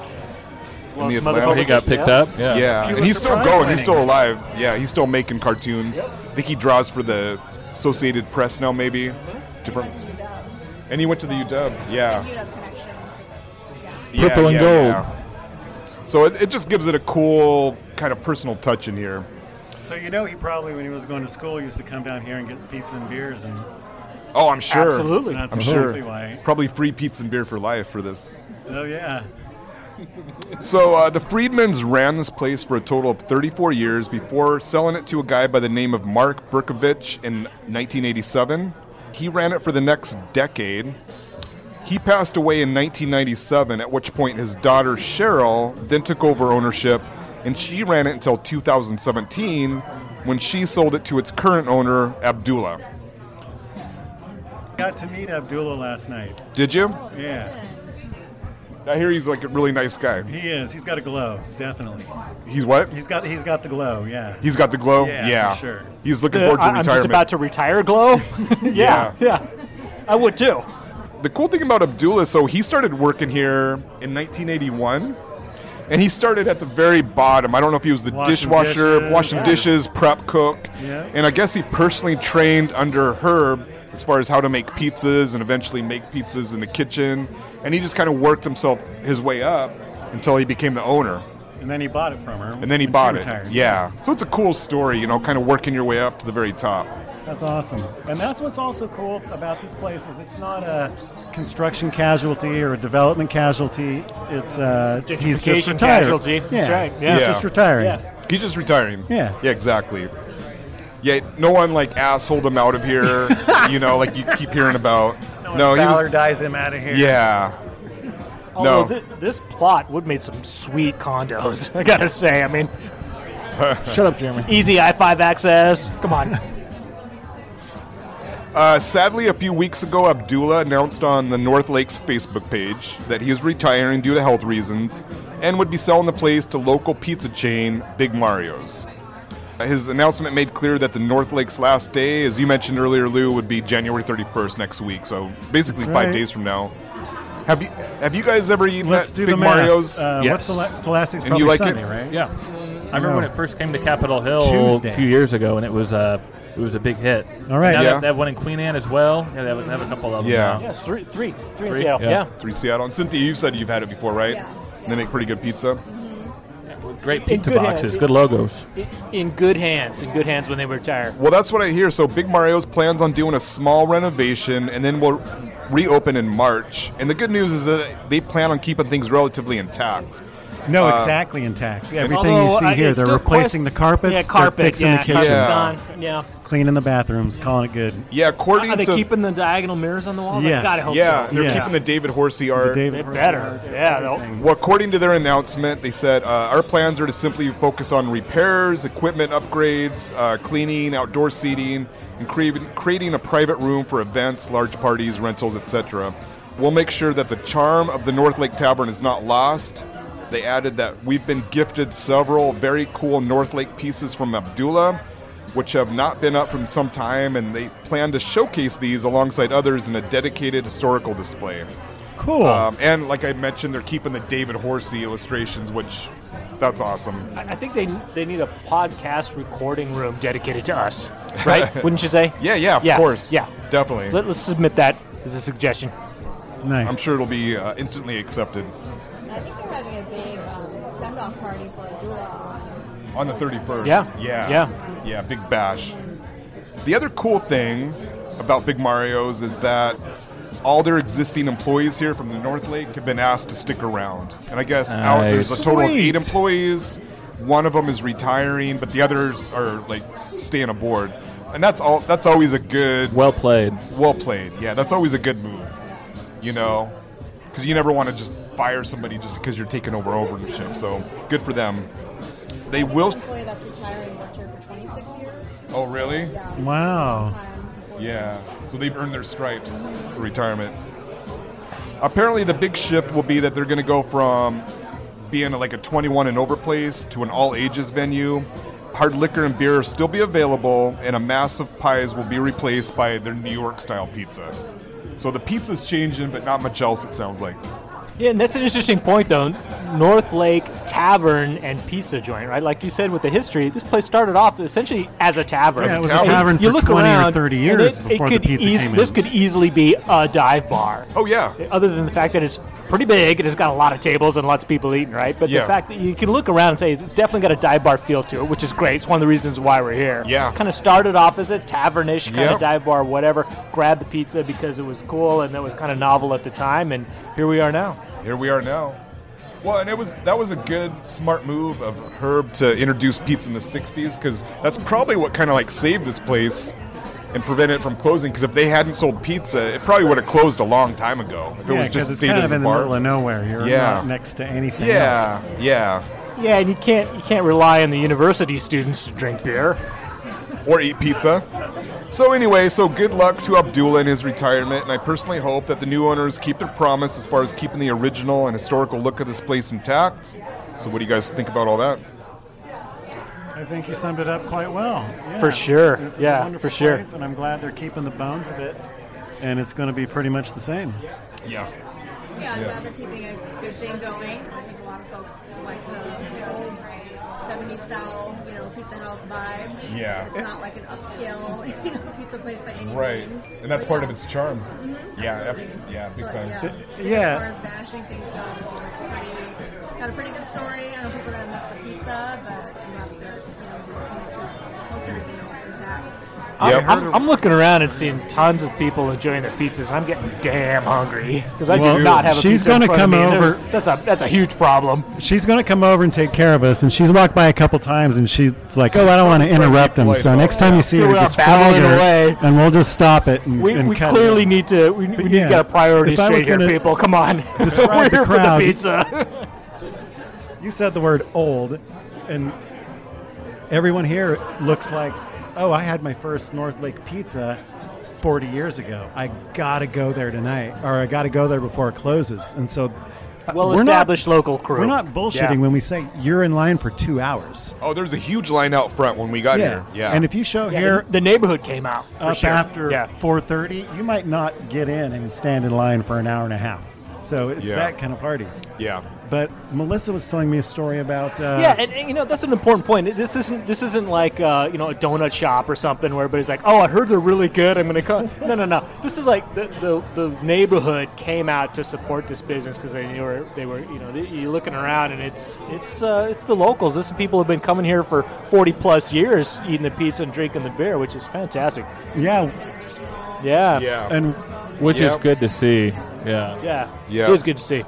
Speaker 2: Well,
Speaker 4: In The
Speaker 2: some other
Speaker 4: Atlantic.
Speaker 3: he got picked
Speaker 2: publications,
Speaker 3: up. Yeah.
Speaker 4: Yeah, and
Speaker 1: Pulitzer
Speaker 4: he's still
Speaker 1: uh, Prize
Speaker 4: going. He's
Speaker 1: winning.
Speaker 4: still alive. Yeah, he's still making cartoons. I think he draws for the Associated Press now, maybe. Different. And you went to the UW. Yeah.
Speaker 5: UW connection to this. Yeah.
Speaker 4: Yeah,
Speaker 3: Purple and
Speaker 4: yeah,
Speaker 3: gold.
Speaker 4: yeah. So it, it just gives it a cool kind of personal touch in here.
Speaker 1: So you know he probably, when he was going to school, used to come down here and get pizza and beers, and
Speaker 4: Oh, I'm sure.
Speaker 2: Absolutely.
Speaker 1: that's
Speaker 4: I'm
Speaker 1: exactly
Speaker 4: sure.
Speaker 1: why.
Speaker 4: Probably free pizza and beer for life for this.
Speaker 1: Oh yeah,
Speaker 4: So uh, the Freedmans ran this place for a total of 34 years before selling it to a guy by the name of Mark Berkovich in 1987. He ran it for the next decade. He passed away in 1997, at which point his daughter Cheryl then took over ownership, and she ran it until 2017 when she sold it to its current owner, Abdullah.
Speaker 1: got to meet Abdullah last night.
Speaker 4: Did you?
Speaker 1: Yeah,
Speaker 4: I hear he's like a really nice guy.
Speaker 1: he is. He's got a glow, definitely.
Speaker 4: He's what?
Speaker 1: He's got he's got the glow. Yeah.
Speaker 4: He's got the glow?
Speaker 1: Yeah, for sure.
Speaker 4: He's looking
Speaker 2: The,
Speaker 4: forward to
Speaker 2: I, am
Speaker 4: retirement.
Speaker 2: just about to retire. Glow.
Speaker 4: Yeah.
Speaker 2: yeah, yeah. I would too.
Speaker 4: The cool thing about Abdullah, so he started working here in 1981, and he started at the very bottom. I don't know if he was the
Speaker 1: Washing
Speaker 4: dishwasher,
Speaker 1: dishes,
Speaker 4: washing
Speaker 1: yeah.
Speaker 4: dishes, prep cook,
Speaker 1: Yeah.
Speaker 4: and I guess he personally trained under Herb as far as how to make pizzas and eventually make pizzas in the kitchen. And he just kind of worked himself his way up until he became the owner.
Speaker 1: And then he bought it from her.
Speaker 4: And then he bought it. Yeah. So it's a cool story, you know, kind of working your way up to the very top.
Speaker 1: That's awesome.
Speaker 6: And that's what's also cool about this place is it's not a construction casualty or a development casualty. It's uh, he's just
Speaker 2: Gentrification
Speaker 6: retired.
Speaker 2: casualty. That's right, yeah.
Speaker 6: He's
Speaker 4: Yeah.
Speaker 6: just retiring.
Speaker 2: Yeah.
Speaker 4: He's just retiring.
Speaker 6: Yeah.
Speaker 4: Yeah, exactly. Yeah, no one like assholed him out of here. you know, like you keep hearing about.
Speaker 6: Oh,
Speaker 4: No, he
Speaker 1: Ballard
Speaker 4: was.
Speaker 1: dies him out of here.
Speaker 4: Yeah.
Speaker 2: Although
Speaker 4: No.
Speaker 2: thi- this plot would made some sweet condos. I gotta say. I mean,
Speaker 3: Shut up, Jeremy.
Speaker 2: easy I five access. Come on.
Speaker 4: Uh, sadly, a few weeks ago, Abdullah announced on the North Lakes Facebook page that he is retiring due to health reasons and would be selling the place to local pizza chain Big Mario's. Uh, His announcement made clear that the North Lakes last day, as you mentioned earlier, Lou, would be January 31st next week. So basically
Speaker 6: That's
Speaker 4: five
Speaker 6: right.
Speaker 4: days from now. Have you have you guys ever eaten
Speaker 6: Let's
Speaker 4: at
Speaker 6: do
Speaker 4: Big
Speaker 6: the math.
Speaker 4: Mario's?
Speaker 6: Uh,
Speaker 3: Yes.
Speaker 6: What's the, la- the last day's
Speaker 4: And
Speaker 6: probably
Speaker 4: you like
Speaker 6: Sunday,
Speaker 4: it?
Speaker 6: right?
Speaker 3: Yeah, I remember when it first came to Capitol Hill
Speaker 6: Tuesday.
Speaker 3: a few years ago, and it was uh, it was a big hit.
Speaker 6: All right.
Speaker 3: now
Speaker 4: Yeah.
Speaker 3: they, they have one in Queen Anne as well. Yeah, they have, they have a couple of them.
Speaker 4: Yeah.
Speaker 3: now.
Speaker 2: Yes, three, three, three,
Speaker 3: Three,
Speaker 2: in Seattle.
Speaker 3: yeah.
Speaker 2: Yeah.
Speaker 4: Three Seattle. And Cynthia, you said you've had it before, right?
Speaker 5: Yeah.
Speaker 4: And they make pretty good pizza.
Speaker 3: great pizza
Speaker 2: good
Speaker 3: boxes,
Speaker 2: hands.
Speaker 3: good logos.
Speaker 2: I- In good hands. In good hands when they retire.
Speaker 4: Well, that's what I hear. So Big Mario's plans on doing a small renovation, and then we'll reopen in March. And the good news is that they plan on keeping things relatively intact.
Speaker 6: No,
Speaker 4: Uh,
Speaker 6: exactly intact. Everything you
Speaker 2: Although,
Speaker 6: see
Speaker 2: I-
Speaker 6: here,
Speaker 2: it's
Speaker 6: they're
Speaker 2: still
Speaker 6: replacing
Speaker 2: quest-
Speaker 6: the carpets,
Speaker 2: Yeah, carpet.
Speaker 6: they're fixing
Speaker 2: yeah,
Speaker 6: the kitchen,
Speaker 4: Yeah.
Speaker 2: carpet's gone. Yeah.
Speaker 6: cleaning the bathrooms, calling it good.
Speaker 4: Yeah, according
Speaker 2: Are they
Speaker 4: to
Speaker 2: keeping the diagonal mirrors on the wall?
Speaker 6: Yes.
Speaker 2: I gotta hope
Speaker 4: yeah,
Speaker 2: so.
Speaker 4: they're
Speaker 6: Yes.
Speaker 4: keeping the David Horsey art.
Speaker 6: David
Speaker 2: They
Speaker 6: Horsey
Speaker 2: better.
Speaker 6: art,
Speaker 2: Yeah. They'll,
Speaker 6: everything.
Speaker 4: Well, according to their announcement, they said uh, our plans are to simply focus on repairs, equipment upgrades, uh, cleaning, outdoor seating, and cre- creating a private room for events, large parties, rentals, etc. We'll make sure that the charm of the North Lake Tavern is not lost. They added that we've been gifted several very cool North Lake pieces from Abdullah, which have not been up from some time, and they plan to showcase these alongside others in a dedicated historical display.
Speaker 6: Cool.
Speaker 4: Um, and like I mentioned, they're keeping the David Horsey illustrations, which that's awesome.
Speaker 2: I I think they they need a podcast recording room dedicated to us, right? Wouldn't you say?
Speaker 4: Yeah, yeah, of
Speaker 2: Yeah,
Speaker 4: course.
Speaker 2: yeah.
Speaker 4: definitely.
Speaker 2: Let, us submit that as a suggestion.
Speaker 6: nice.
Speaker 4: I'm sure it'll be uh, instantly accepted
Speaker 5: I think they're having a big um, send-off party for Abdullah on
Speaker 4: on the 31st.
Speaker 2: Yeah.
Speaker 4: yeah,
Speaker 2: Yeah.
Speaker 4: yeah. Big bash. The other cool thing about Big Mario's is that all their existing employees here from the North Lake have been asked to stick around, and I guess out
Speaker 3: Nice.
Speaker 4: there's a total of
Speaker 6: Sweet.
Speaker 4: eight employees. One of them is retiring, but the others are like staying aboard, and that's all. That's always a good
Speaker 3: Well played.
Speaker 4: Well played. Yeah, that's always a good move. You know, because you never want to just fire somebody just because you're taking over ownership. So good for them. They will.
Speaker 5: an employee that's retiring worked here for 26 years.
Speaker 4: Oh, really?
Speaker 5: Yeah.
Speaker 6: wow.
Speaker 5: Times before-
Speaker 4: Yeah. So they've earned their stripes for retirement. Apparently, the big shift will be that they're going to go from being like a 21 and over place to an all ages venue. Hard liquor and beer will still be available, and a mass of pies will be replaced by their New York style pizza. So the pizza's changing, but not much else, it sounds like.
Speaker 2: Yeah, and that's an interesting point, though. North Lake Tavern and Pizza Joint, right? Like you said, with the history, this place started off essentially as a tavern.
Speaker 4: As
Speaker 6: Yeah,
Speaker 4: a
Speaker 6: it was
Speaker 4: tavern.
Speaker 6: a tavern
Speaker 2: you
Speaker 6: for
Speaker 2: look
Speaker 6: 20
Speaker 2: around,
Speaker 6: or 30
Speaker 2: and
Speaker 6: years
Speaker 2: it- it
Speaker 6: before
Speaker 2: could
Speaker 6: the pizza
Speaker 2: eas-
Speaker 6: came in.
Speaker 2: This could easily be a dive bar.
Speaker 4: Oh yeah.
Speaker 2: Other than the fact that it's pretty big and it's got a lot of tables and lots of people eating, right? But
Speaker 4: Yeah.
Speaker 2: the fact that you can look around and say it's definitely got a dive bar feel to it, which is great. It's one of the reasons why we're here.
Speaker 4: Yeah.
Speaker 2: Kind of started off as a tavernish kind
Speaker 4: Yeah.
Speaker 2: of dive bar, whatever. Grabbed the pizza because it was cool and that was kind of novel at the time, and here we are now.
Speaker 4: Here we are now. Well, and it was that was a good, smart move of Herb to introduce pizza in the '60s because that's probably what kind of like saved this place and prevented it from closing. Because if they hadn't sold pizza, it probably would have closed a long time ago. If it
Speaker 1: Yeah,
Speaker 4: was just
Speaker 1: because it's
Speaker 4: stayed
Speaker 1: kind
Speaker 4: as
Speaker 1: of
Speaker 4: a
Speaker 1: in the
Speaker 4: bar.
Speaker 1: middle of nowhere. You're
Speaker 4: Yeah.
Speaker 1: not next to anything
Speaker 4: yeah,
Speaker 1: else.
Speaker 4: yeah,
Speaker 2: Yeah, and you can't you can't rely on the university students to drink beer.
Speaker 4: or eat pizza. So anyway, so good luck to Abdullah in his retirement, and I personally hope that the new owners keep their promise as far as keeping the original and historical look of this place intact. So, what do you guys think about all that?
Speaker 1: I think you summed it up quite well. Yeah.
Speaker 2: For sure.
Speaker 1: This is
Speaker 2: Yeah,
Speaker 1: a wonderful
Speaker 2: for sure.
Speaker 1: place, and I'm glad they're keeping the bones of it. And it's going to be pretty much the same.
Speaker 4: Yeah,
Speaker 5: Yeah, I'm
Speaker 4: Yeah.
Speaker 5: glad they're keeping a good thing going. I think a lot of folks like the, the old 70s style, you know, Pizza House vibe.
Speaker 4: Yeah.
Speaker 5: It's not like an upscale, you know, pizza place by any means.
Speaker 4: Right, and that's part of its charm.
Speaker 5: Mhm.
Speaker 4: Yeah,
Speaker 5: Absolutely.
Speaker 4: ab- yeah, big
Speaker 5: But,
Speaker 4: time.
Speaker 5: Yeah.
Speaker 1: Yeah.
Speaker 5: As far as bashing things up, it's pretty, got a pretty good story. I know people are going to miss the pizza, but I'm not there. You know, most everything else is intact.
Speaker 2: I'm,
Speaker 4: Yep.
Speaker 2: I'm, I'm looking around and seeing tons of people enjoying their pizzas. I'm getting damn hungry because I
Speaker 1: Well,
Speaker 2: do not have. A
Speaker 1: she's
Speaker 2: pizza in
Speaker 1: gonna
Speaker 2: front of
Speaker 1: come
Speaker 2: me, and there's-
Speaker 1: over-
Speaker 2: That's a that's a huge problem.
Speaker 1: She's going to come over and take care of us. And she's walked by a couple times, and she's like,
Speaker 6: Oh, I don't want to interrupt him.
Speaker 4: polite
Speaker 6: So
Speaker 4: about
Speaker 6: next time you
Speaker 4: that.
Speaker 6: see
Speaker 2: Here
Speaker 6: her,
Speaker 2: we are
Speaker 6: just flag
Speaker 2: babbling
Speaker 6: her,
Speaker 2: away.
Speaker 6: and we'll just stop it and,
Speaker 2: We,
Speaker 6: and
Speaker 2: we
Speaker 6: cut
Speaker 2: clearly
Speaker 6: it.
Speaker 2: need to we, we need
Speaker 1: yeah,
Speaker 2: to get a priority
Speaker 1: if I was
Speaker 2: straight here,
Speaker 1: gonna
Speaker 2: people. Come on,
Speaker 1: describe
Speaker 2: we're
Speaker 1: the
Speaker 2: here for the
Speaker 1: crowd-
Speaker 2: pizza.
Speaker 1: You said the word old, and everyone here looks like, oh, I had my first North Lake pizza 40 years ago. I got to go there tonight, or I got to go there before it closes. And so uh,
Speaker 2: well
Speaker 1: we're not,
Speaker 2: established local crew.
Speaker 1: we're not bullshitting when we say you're in line for two hours.
Speaker 4: Oh, there's a huge line out front when we got here. Yeah.
Speaker 1: And if you show
Speaker 2: Yeah,
Speaker 1: here
Speaker 2: the, the neighborhood came out for
Speaker 1: up
Speaker 2: sure.
Speaker 1: after
Speaker 2: Yeah.
Speaker 1: 4.30, you might not get in and stand in line for an hour and a half. So it's
Speaker 4: Yeah.
Speaker 1: that kind of party.
Speaker 4: yeah.
Speaker 1: But Melissa was telling me a story about uh,
Speaker 2: Yeah, and, and, you know that's an important point. This isn't this isn't like uh, you know a donut shop or something where everybody's like, oh, I heard they're really good. I'm gonna come. No, no, no. This is like the, the, the neighborhood came out to support this business because they knew were they were you know you're looking around and it's it's uh, it's the locals. This is people who've been coming here for 40 plus years eating the pizza and drinking the beer, which is fantastic.
Speaker 1: yeah
Speaker 2: Yeah,
Speaker 4: Yeah.
Speaker 1: and
Speaker 3: which is
Speaker 4: Yep.
Speaker 3: good to see. Yeah,
Speaker 2: yeah.
Speaker 4: Yeah.
Speaker 2: It was good to see.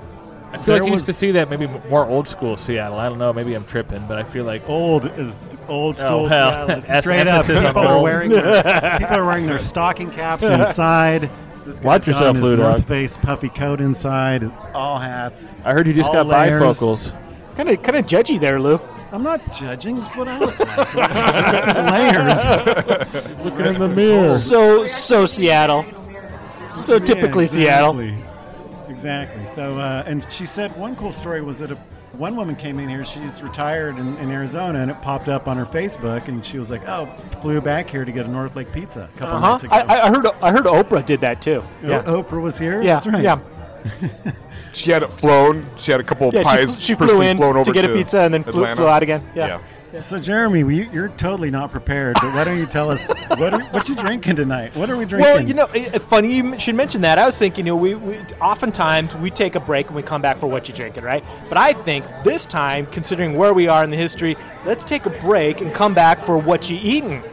Speaker 3: I feel like
Speaker 1: There
Speaker 3: you used to
Speaker 1: was-
Speaker 3: see that maybe m- more old school Seattle. I don't know. Maybe I'm tripping, but I feel like
Speaker 1: old is old school
Speaker 3: Oh, hell.
Speaker 1: style. It's
Speaker 3: That's
Speaker 1: straight up.
Speaker 3: emphasis on
Speaker 1: People are
Speaker 3: old.
Speaker 1: wearing their, people are wearing their stocking caps inside. This guy's
Speaker 3: Watch
Speaker 1: got
Speaker 3: yourself,
Speaker 1: his
Speaker 3: Lou Dog.
Speaker 1: North Face puffy coat inside. All hats.
Speaker 3: I heard you just
Speaker 1: all
Speaker 3: got
Speaker 1: layers.
Speaker 3: bifocals.
Speaker 2: Kind of kind of judgy there, Lou.
Speaker 1: I'm not judging. That's what I look like. layers.
Speaker 3: Looking in the mirror.
Speaker 2: So so Seattle. So typically Seattle.
Speaker 1: exactly. Exactly. So, uh, and she said one cool story was that a, one woman came in here. She's retired in, in Arizona, and it popped up on her Facebook, and she was like, "Oh, flew back here to get a North Lake pizza a couple
Speaker 2: Uh-huh.
Speaker 1: months ago."
Speaker 2: I, I- I heard I heard Oprah did that too. Yeah.
Speaker 1: Oh, Oprah was here.
Speaker 2: yeah.
Speaker 1: That's right.
Speaker 2: Yeah.
Speaker 4: She had it flown. She had a couple of
Speaker 2: Yeah, she
Speaker 4: pies.
Speaker 2: fl- she
Speaker 4: personally
Speaker 2: flew in
Speaker 4: flown
Speaker 2: to
Speaker 4: over
Speaker 2: get a pizza and then flew-
Speaker 4: Atlanta.
Speaker 2: flew out again. Yeah.
Speaker 1: So, Jeremy, we, you're totally not prepared, but why don't you tell us what are, what you drinking tonight? What are we drinking?
Speaker 2: Well, you know, i- i- funny you m- should mention that. I was thinking, you know, we, we oftentimes we take a break and we come back for what you're drinking, right? But I think this time, considering where we are in the history, let's take a break and come back for what you eating.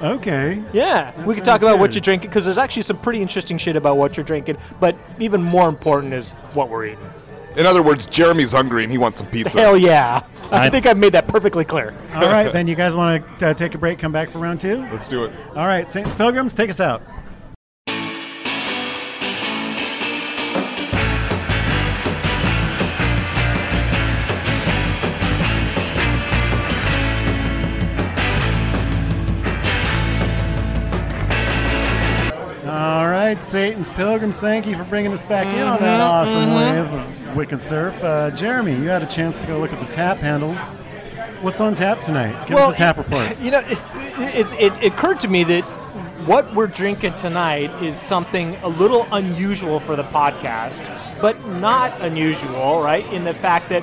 Speaker 1: okay.
Speaker 2: Yeah, we can
Speaker 1: sounds
Speaker 2: talk about what
Speaker 1: good.
Speaker 2: you're drinking because there's actually some pretty interesting shit about what you're drinking. But even more important is what we're eating.
Speaker 4: In other words, Jeremy's hungry and he wants some pizza.
Speaker 2: Hell yeah! I
Speaker 1: I-
Speaker 2: think I've made that perfectly clear.
Speaker 1: All right, then you guys want to uh, take a break, come back for round two?
Speaker 4: Let's do it.
Speaker 1: All right, Saints Pilgrims, take us out. All right, Satan's Pilgrims, thank you for bringing us back in on that awesome wave of Wicked Surf. Uh, Jeremy, you had a chance to go look at the tap handles. What's on tap tonight? Give us a tap report.
Speaker 2: You know, it, it, it's- it, it occurred to me that what we're drinking tonight is something a little unusual for the podcast, but not unusual, right? In the fact that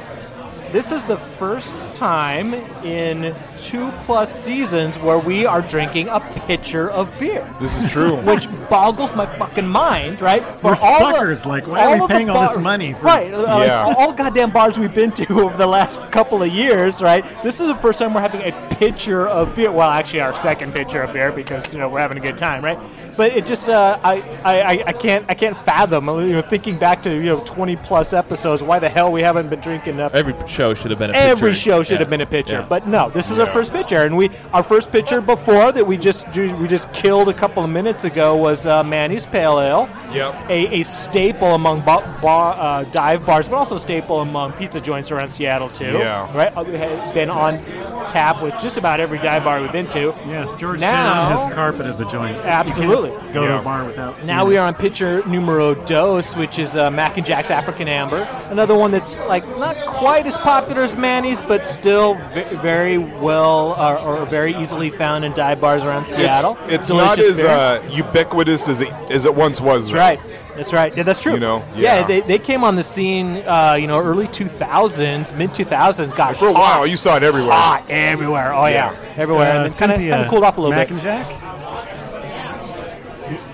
Speaker 2: this is the first time in two plus seasons where we are drinking a pitcher of beer.
Speaker 4: This is true.
Speaker 2: Which boggles my fucking mind, right? For
Speaker 1: We're
Speaker 2: all the-
Speaker 1: suckers, like, why are we
Speaker 2: of the
Speaker 1: paying all this money for-
Speaker 2: right. uh, like,
Speaker 4: Yeah.
Speaker 2: all goddamn bars we've been to over the last couple of years, right? This is the first time we're having a pitcher of beer. Well, actually, our second pitcher of beer because you know we're having a good time, right? But it just uh, I, I I- I can't I can't fathom you know thinking back to you know twenty plus episodes why the hell we haven't been drinking up.
Speaker 3: Every show should have been a
Speaker 2: Every
Speaker 3: pitcher.
Speaker 2: show should
Speaker 3: Yeah.
Speaker 2: have been a pitcher,
Speaker 3: Yeah.
Speaker 2: but no, this is our
Speaker 4: Yeah.
Speaker 2: first pitcher, and we our first pitcher before that we just do- we just killed a couple of minutes ago was uh, Manny's Pale Ale,
Speaker 4: Yep.
Speaker 2: a, a staple among ba- bar, uh, dive bars, but also a staple among pizza joints around Seattle too.
Speaker 4: Yeah.
Speaker 2: right. Uh, we had Been on tap with just about every dive bar we've been to.
Speaker 1: Yes, George
Speaker 2: Now-
Speaker 1: Tenon has carpeted the joint. You can't
Speaker 2: Absolutely.
Speaker 1: Go to
Speaker 4: Yeah.
Speaker 1: a bar without.
Speaker 2: Now we are on pitcher numero dos, which is uh, Mac and Jack's African Amber. Another one that's like not quite as popular as Manny's, but still ve- very well or, or very easily found in dive bars around Seattle.
Speaker 4: It's, it's not
Speaker 2: Delicious
Speaker 4: as
Speaker 2: beer.
Speaker 4: uh, ubiquitous as it, as it once was. though.
Speaker 2: That's right. That's right. Yeah, that's true.
Speaker 4: You know,
Speaker 2: yeah.
Speaker 4: yeah.
Speaker 2: they, they came on the scene, uh, you know, early 2000s, mid 2000s. Got
Speaker 4: For a while, you saw it everywhere.
Speaker 2: hot everywhere. Oh yeah, everywhere.
Speaker 1: Uh,
Speaker 2: and then kind of
Speaker 1: Cynthia,
Speaker 2: kind of cooled off a little
Speaker 1: Mac
Speaker 2: bit.
Speaker 1: and Jack.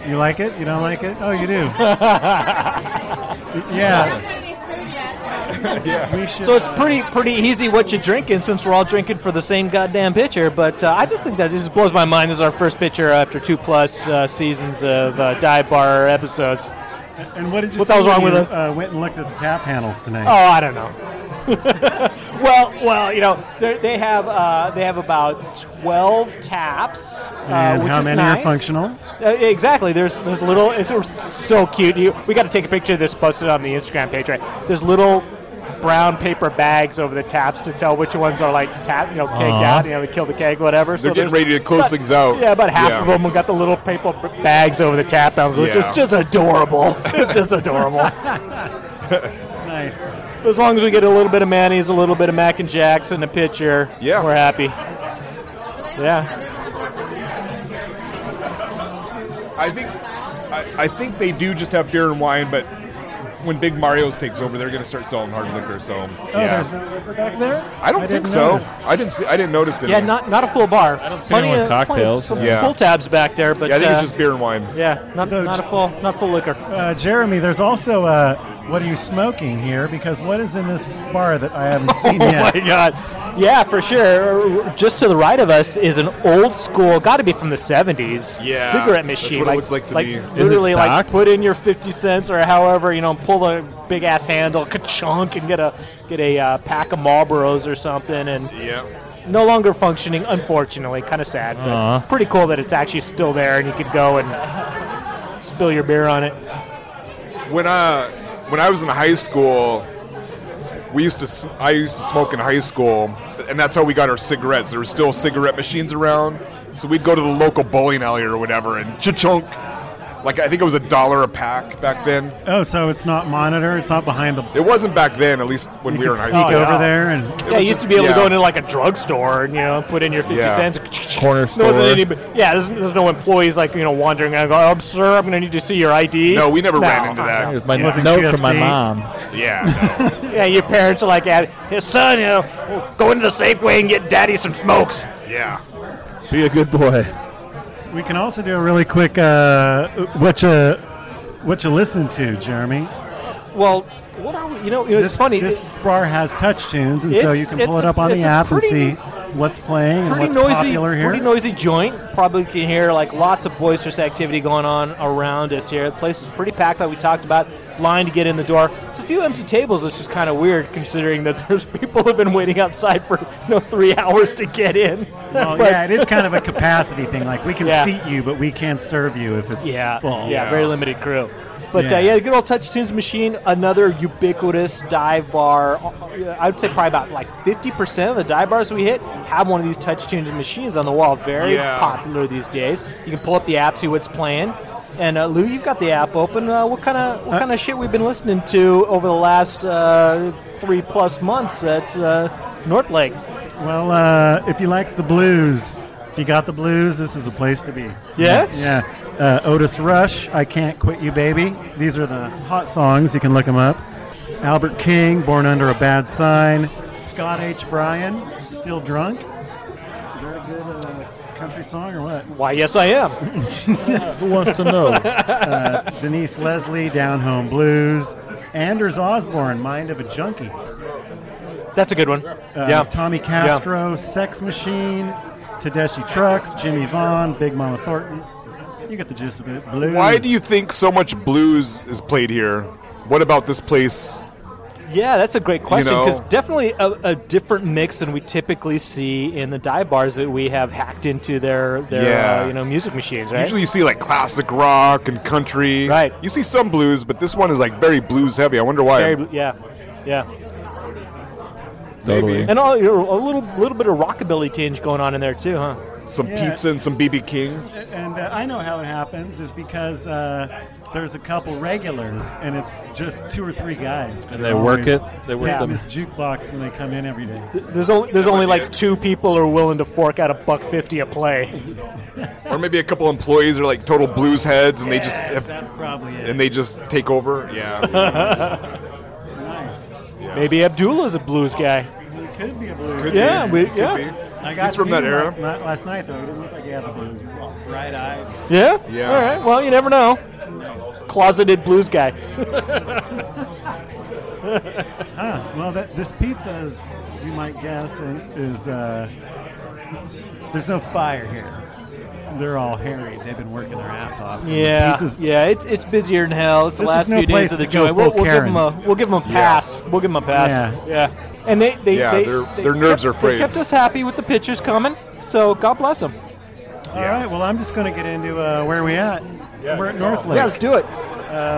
Speaker 1: You, you like it? You don't like it? Oh, you do.
Speaker 5: I'm
Speaker 1: yeah,
Speaker 5: not gonna be screwed yet.
Speaker 1: we should.
Speaker 2: So it's pretty pretty easy what you're drinking since we're all drinking for the same goddamn pitcher. But uh, I just think that it just blows my mind. This is our first pitcher after two plus uh, seasons of uh, dive bar episodes.
Speaker 1: and what did you?
Speaker 2: What
Speaker 1: see
Speaker 2: the hell's wrong
Speaker 1: when
Speaker 2: with
Speaker 1: you,
Speaker 2: us?
Speaker 1: Uh, went and looked at the tap handles tonight.
Speaker 2: Oh, I don't know. well, well, you know they're- they have uh, they have about twelve taps, uh,
Speaker 1: And
Speaker 2: which
Speaker 1: how
Speaker 2: is
Speaker 1: many are
Speaker 2: nice.
Speaker 1: functional?
Speaker 2: Uh, exactly. There's there's little. It's so cute. You, we got to take a picture of this, post it on the Instagram page. Right? There's little brown paper bags over the taps to tell which ones are like tap, you know, kegged
Speaker 1: Aw.
Speaker 2: out. You know, they kill the keg, whatever.
Speaker 4: They're getting
Speaker 2: there's
Speaker 4: ready to close
Speaker 2: about-
Speaker 4: things out.
Speaker 2: Yeah, about half
Speaker 4: Yeah.
Speaker 2: of them we got the little paper b- bags over the tap handles, which
Speaker 4: Yeah.
Speaker 2: is just adorable. it's just adorable. Oh.
Speaker 1: Nice. Oh,
Speaker 2: As long as we get a little bit of mayonnaise, a little bit of mac and jacks in the pitcher,
Speaker 4: Yeah.
Speaker 2: we're happy. Yeah.
Speaker 4: I think I, I think they do just have beer and wine, but when Big Mario's takes over, they're going to start selling hard liquor. So
Speaker 1: Oh,
Speaker 4: yeah,
Speaker 1: there's no river back there.
Speaker 4: I don't think
Speaker 1: didn't
Speaker 4: so.
Speaker 1: notice.
Speaker 4: I didn't see. I didn't notice it.
Speaker 2: Yeah, not not a full bar. I
Speaker 3: don't see anyone with cocktails.
Speaker 2: Plenty,
Speaker 4: Yeah.
Speaker 2: Full tabs back there, but
Speaker 4: Yeah, I think
Speaker 2: uh,
Speaker 4: it's just beer and wine.
Speaker 2: yeah, not,
Speaker 1: Though-
Speaker 2: not a full not full liquor.
Speaker 1: Uh, Jeremy, there's also uh, what are you smoking here? Because what is in this bar that I haven't seen
Speaker 2: Oh
Speaker 1: yet?
Speaker 2: my god. Yeah, for sure. Just to the right of us is an old school, got to be from the 70s,
Speaker 4: Yeah,
Speaker 2: cigarette
Speaker 4: that's
Speaker 2: machine.
Speaker 4: what it looks like to me. Is
Speaker 3: it
Speaker 2: literally like
Speaker 3: stocked?
Speaker 2: put in your 50 cents or however, you know, pull the big ass handle, ka-chunk and get a get a uh, pack of Marlboros or something and
Speaker 4: Yeah,
Speaker 2: no longer functioning unfortunately, kind of sad. But
Speaker 3: Aw.
Speaker 1: Uh-huh.
Speaker 2: pretty cool that it's actually still there and you could go and spill your beer on it.
Speaker 4: when I when I was in high school, we used to s- I used to smoke in high school, and that's how we got our cigarettes. There were still cigarette machines around, so we'd go to the local bowling alley or whatever and cha-chunk. Like I think it was a dollar a pack back then.
Speaker 1: Oh, so it's not monitor. It's not behind the.
Speaker 4: It wasn't back then, at least when
Speaker 1: You
Speaker 4: we
Speaker 1: can
Speaker 4: were in high
Speaker 1: sneak
Speaker 4: school.
Speaker 2: Oh, yeah.
Speaker 1: over there and
Speaker 2: Yeah, you used to be able to go
Speaker 4: Yeah.
Speaker 2: into like a drugstore and you know put in your fifty
Speaker 4: Yeah.
Speaker 2: cents.
Speaker 3: Corner
Speaker 2: There wasn't
Speaker 3: store.
Speaker 2: anybody. Yeah, there's, there's no employees like you know wandering around. Going, um, sir, I'm going to need to see your ID.
Speaker 4: No, we never ran into that.
Speaker 3: Here's my
Speaker 1: It wasn't
Speaker 3: note from my
Speaker 1: QFC.
Speaker 3: mom.
Speaker 4: Yeah, no.
Speaker 2: Yeah, your parents are like, at- "Hey, son, you know, go into the Safeway and get daddy some smokes."
Speaker 4: yeah.
Speaker 3: Be a good boy.
Speaker 1: we can also do a really quick uh, what you what you listening to, Jeremy.
Speaker 2: Well, what are we? You know, it's
Speaker 1: this, This bar has touch tunes, and so
Speaker 2: It's-
Speaker 1: you can
Speaker 2: it's
Speaker 1: pull it
Speaker 2: a-
Speaker 1: up on the
Speaker 2: it's a
Speaker 1: app and
Speaker 2: pretty-
Speaker 1: see what's playing and
Speaker 2: pretty
Speaker 1: what's
Speaker 2: noisy,
Speaker 1: popular here.
Speaker 2: pretty noisy joint. Probably can hear like lots of boisterous activity going on around us here. The place is pretty packed, like we talked about. Line to get in the door. There's a few empty tables. It's just kind of weird considering that there's people who've been waiting outside for you know three hours to get in.
Speaker 1: well,
Speaker 2: But-
Speaker 1: yeah, it is kind of a capacity thing. Like we can
Speaker 2: Yeah.
Speaker 1: seat you, but we can't serve you if it's
Speaker 2: yeah,
Speaker 1: full.
Speaker 2: yeah,
Speaker 4: Yeah.
Speaker 2: very limited crew. But yeah, uh,
Speaker 1: Yeah.
Speaker 2: yeah good old Touch Tunes Machine, another ubiquitous dive bar. Uh, I would say probably about like 50% of the dive bars we hit have one of these Touch Tunes machines on the wall. Very
Speaker 4: Yeah.
Speaker 2: popular these days. You can pull up the app, see what's playing. And uh, Lou, you've got the app open. Uh, what kind of what kind of shit we've been listening to over the last uh, three plus months at uh, North Lake?
Speaker 1: Well, uh, if you like the blues, If you got the blues, this is a place to be.
Speaker 2: Yes?
Speaker 1: Yeah. Uh, Otis Rush, I Can't Quit You Baby. These are the hot songs. You can look them up. Albert King, Born Under a Bad Sign. Scott H. Bryan, Still Drunk. Is that a good uh, country song or what?
Speaker 2: Why, yes, I am.
Speaker 3: Who wants to know?
Speaker 1: Denise Leslie, Down Home Blues. Anders Osborne, Mind of a Junkie.
Speaker 2: That's a good one.
Speaker 1: Uh,
Speaker 2: yeah.
Speaker 1: Tommy Castro, Sex Machine, Tedeschi Trucks, Jimmy Vaughn, Big Mama Thornton. You get the gist of it. Blues.
Speaker 4: Why do you think so much blues is played here? What about this place?
Speaker 2: Yeah, that's a great question
Speaker 4: know.
Speaker 2: because definitely a, a different mix than we typically see in the dive bars that we have hacked into their their
Speaker 4: Yeah.
Speaker 2: uh, you know music machines, right?
Speaker 4: Usually you see like classic rock and country.
Speaker 2: Right.
Speaker 4: You see some blues, but this one is like very blues heavy. I wonder why.
Speaker 2: Very, bl- yeah, yeah,
Speaker 3: totally.
Speaker 2: and all, you're a little little bit of rockabilly tinge going on in there too, huh?
Speaker 4: some
Speaker 1: Yeah.
Speaker 4: pizza and some BB King.
Speaker 1: And uh, I know how it happens is because uh, there's a couple regulars, and it's just two or three guys. that
Speaker 3: And
Speaker 1: are
Speaker 3: they work
Speaker 1: always-
Speaker 3: it. They work
Speaker 1: Yeah,
Speaker 3: them.
Speaker 1: this jukebox when they come in every day.
Speaker 2: There's only there's only like two people are willing to fork out a buck fifty a play.
Speaker 4: Or maybe a couple employees are like total blues heads and they just
Speaker 1: Yes,
Speaker 4: have,
Speaker 1: that's probably it.
Speaker 4: and they just take over. Yeah.
Speaker 1: nice.
Speaker 2: Maybe Abdullah's a blues guy.
Speaker 1: It could be a blues.
Speaker 4: Could
Speaker 2: Yeah,
Speaker 4: be.
Speaker 2: we-
Speaker 4: Could
Speaker 2: yeah.
Speaker 4: be.
Speaker 1: I got
Speaker 4: He's
Speaker 1: to
Speaker 4: from
Speaker 1: meet
Speaker 4: that
Speaker 1: him
Speaker 4: era.
Speaker 1: la- la- Last night though, he didn't look like he had the blues. He was all bright-eyed.
Speaker 2: Yeah.
Speaker 4: Yeah.
Speaker 2: All right. Well, you never know. Closeted blues guy.
Speaker 1: Huh. Well, that, this pizza, is, you might guess, and is uh, there's no fire here. They're all hairy. They've been working their ass off. And the
Speaker 2: Yeah,
Speaker 1: pizza's-
Speaker 2: yeah, it's it's busier than hell. It's the
Speaker 1: This is
Speaker 2: last
Speaker 1: no
Speaker 2: few
Speaker 1: place
Speaker 2: days of the
Speaker 1: to go
Speaker 2: joint. We'll,
Speaker 1: full
Speaker 2: we'll give them a
Speaker 1: Karen.
Speaker 2: we'll give 'em a pass. We'll give them a pass. Yeah, and they they
Speaker 4: Yeah,
Speaker 2: they,
Speaker 4: their-
Speaker 2: they
Speaker 4: their nerves
Speaker 2: kept-
Speaker 4: are frayed.
Speaker 2: They kept us happy with the pictures coming, so God bless them.
Speaker 1: All right. Well, I'm just going to get into uh, where we at. We're at North Lake.
Speaker 2: Yeah, let's do it.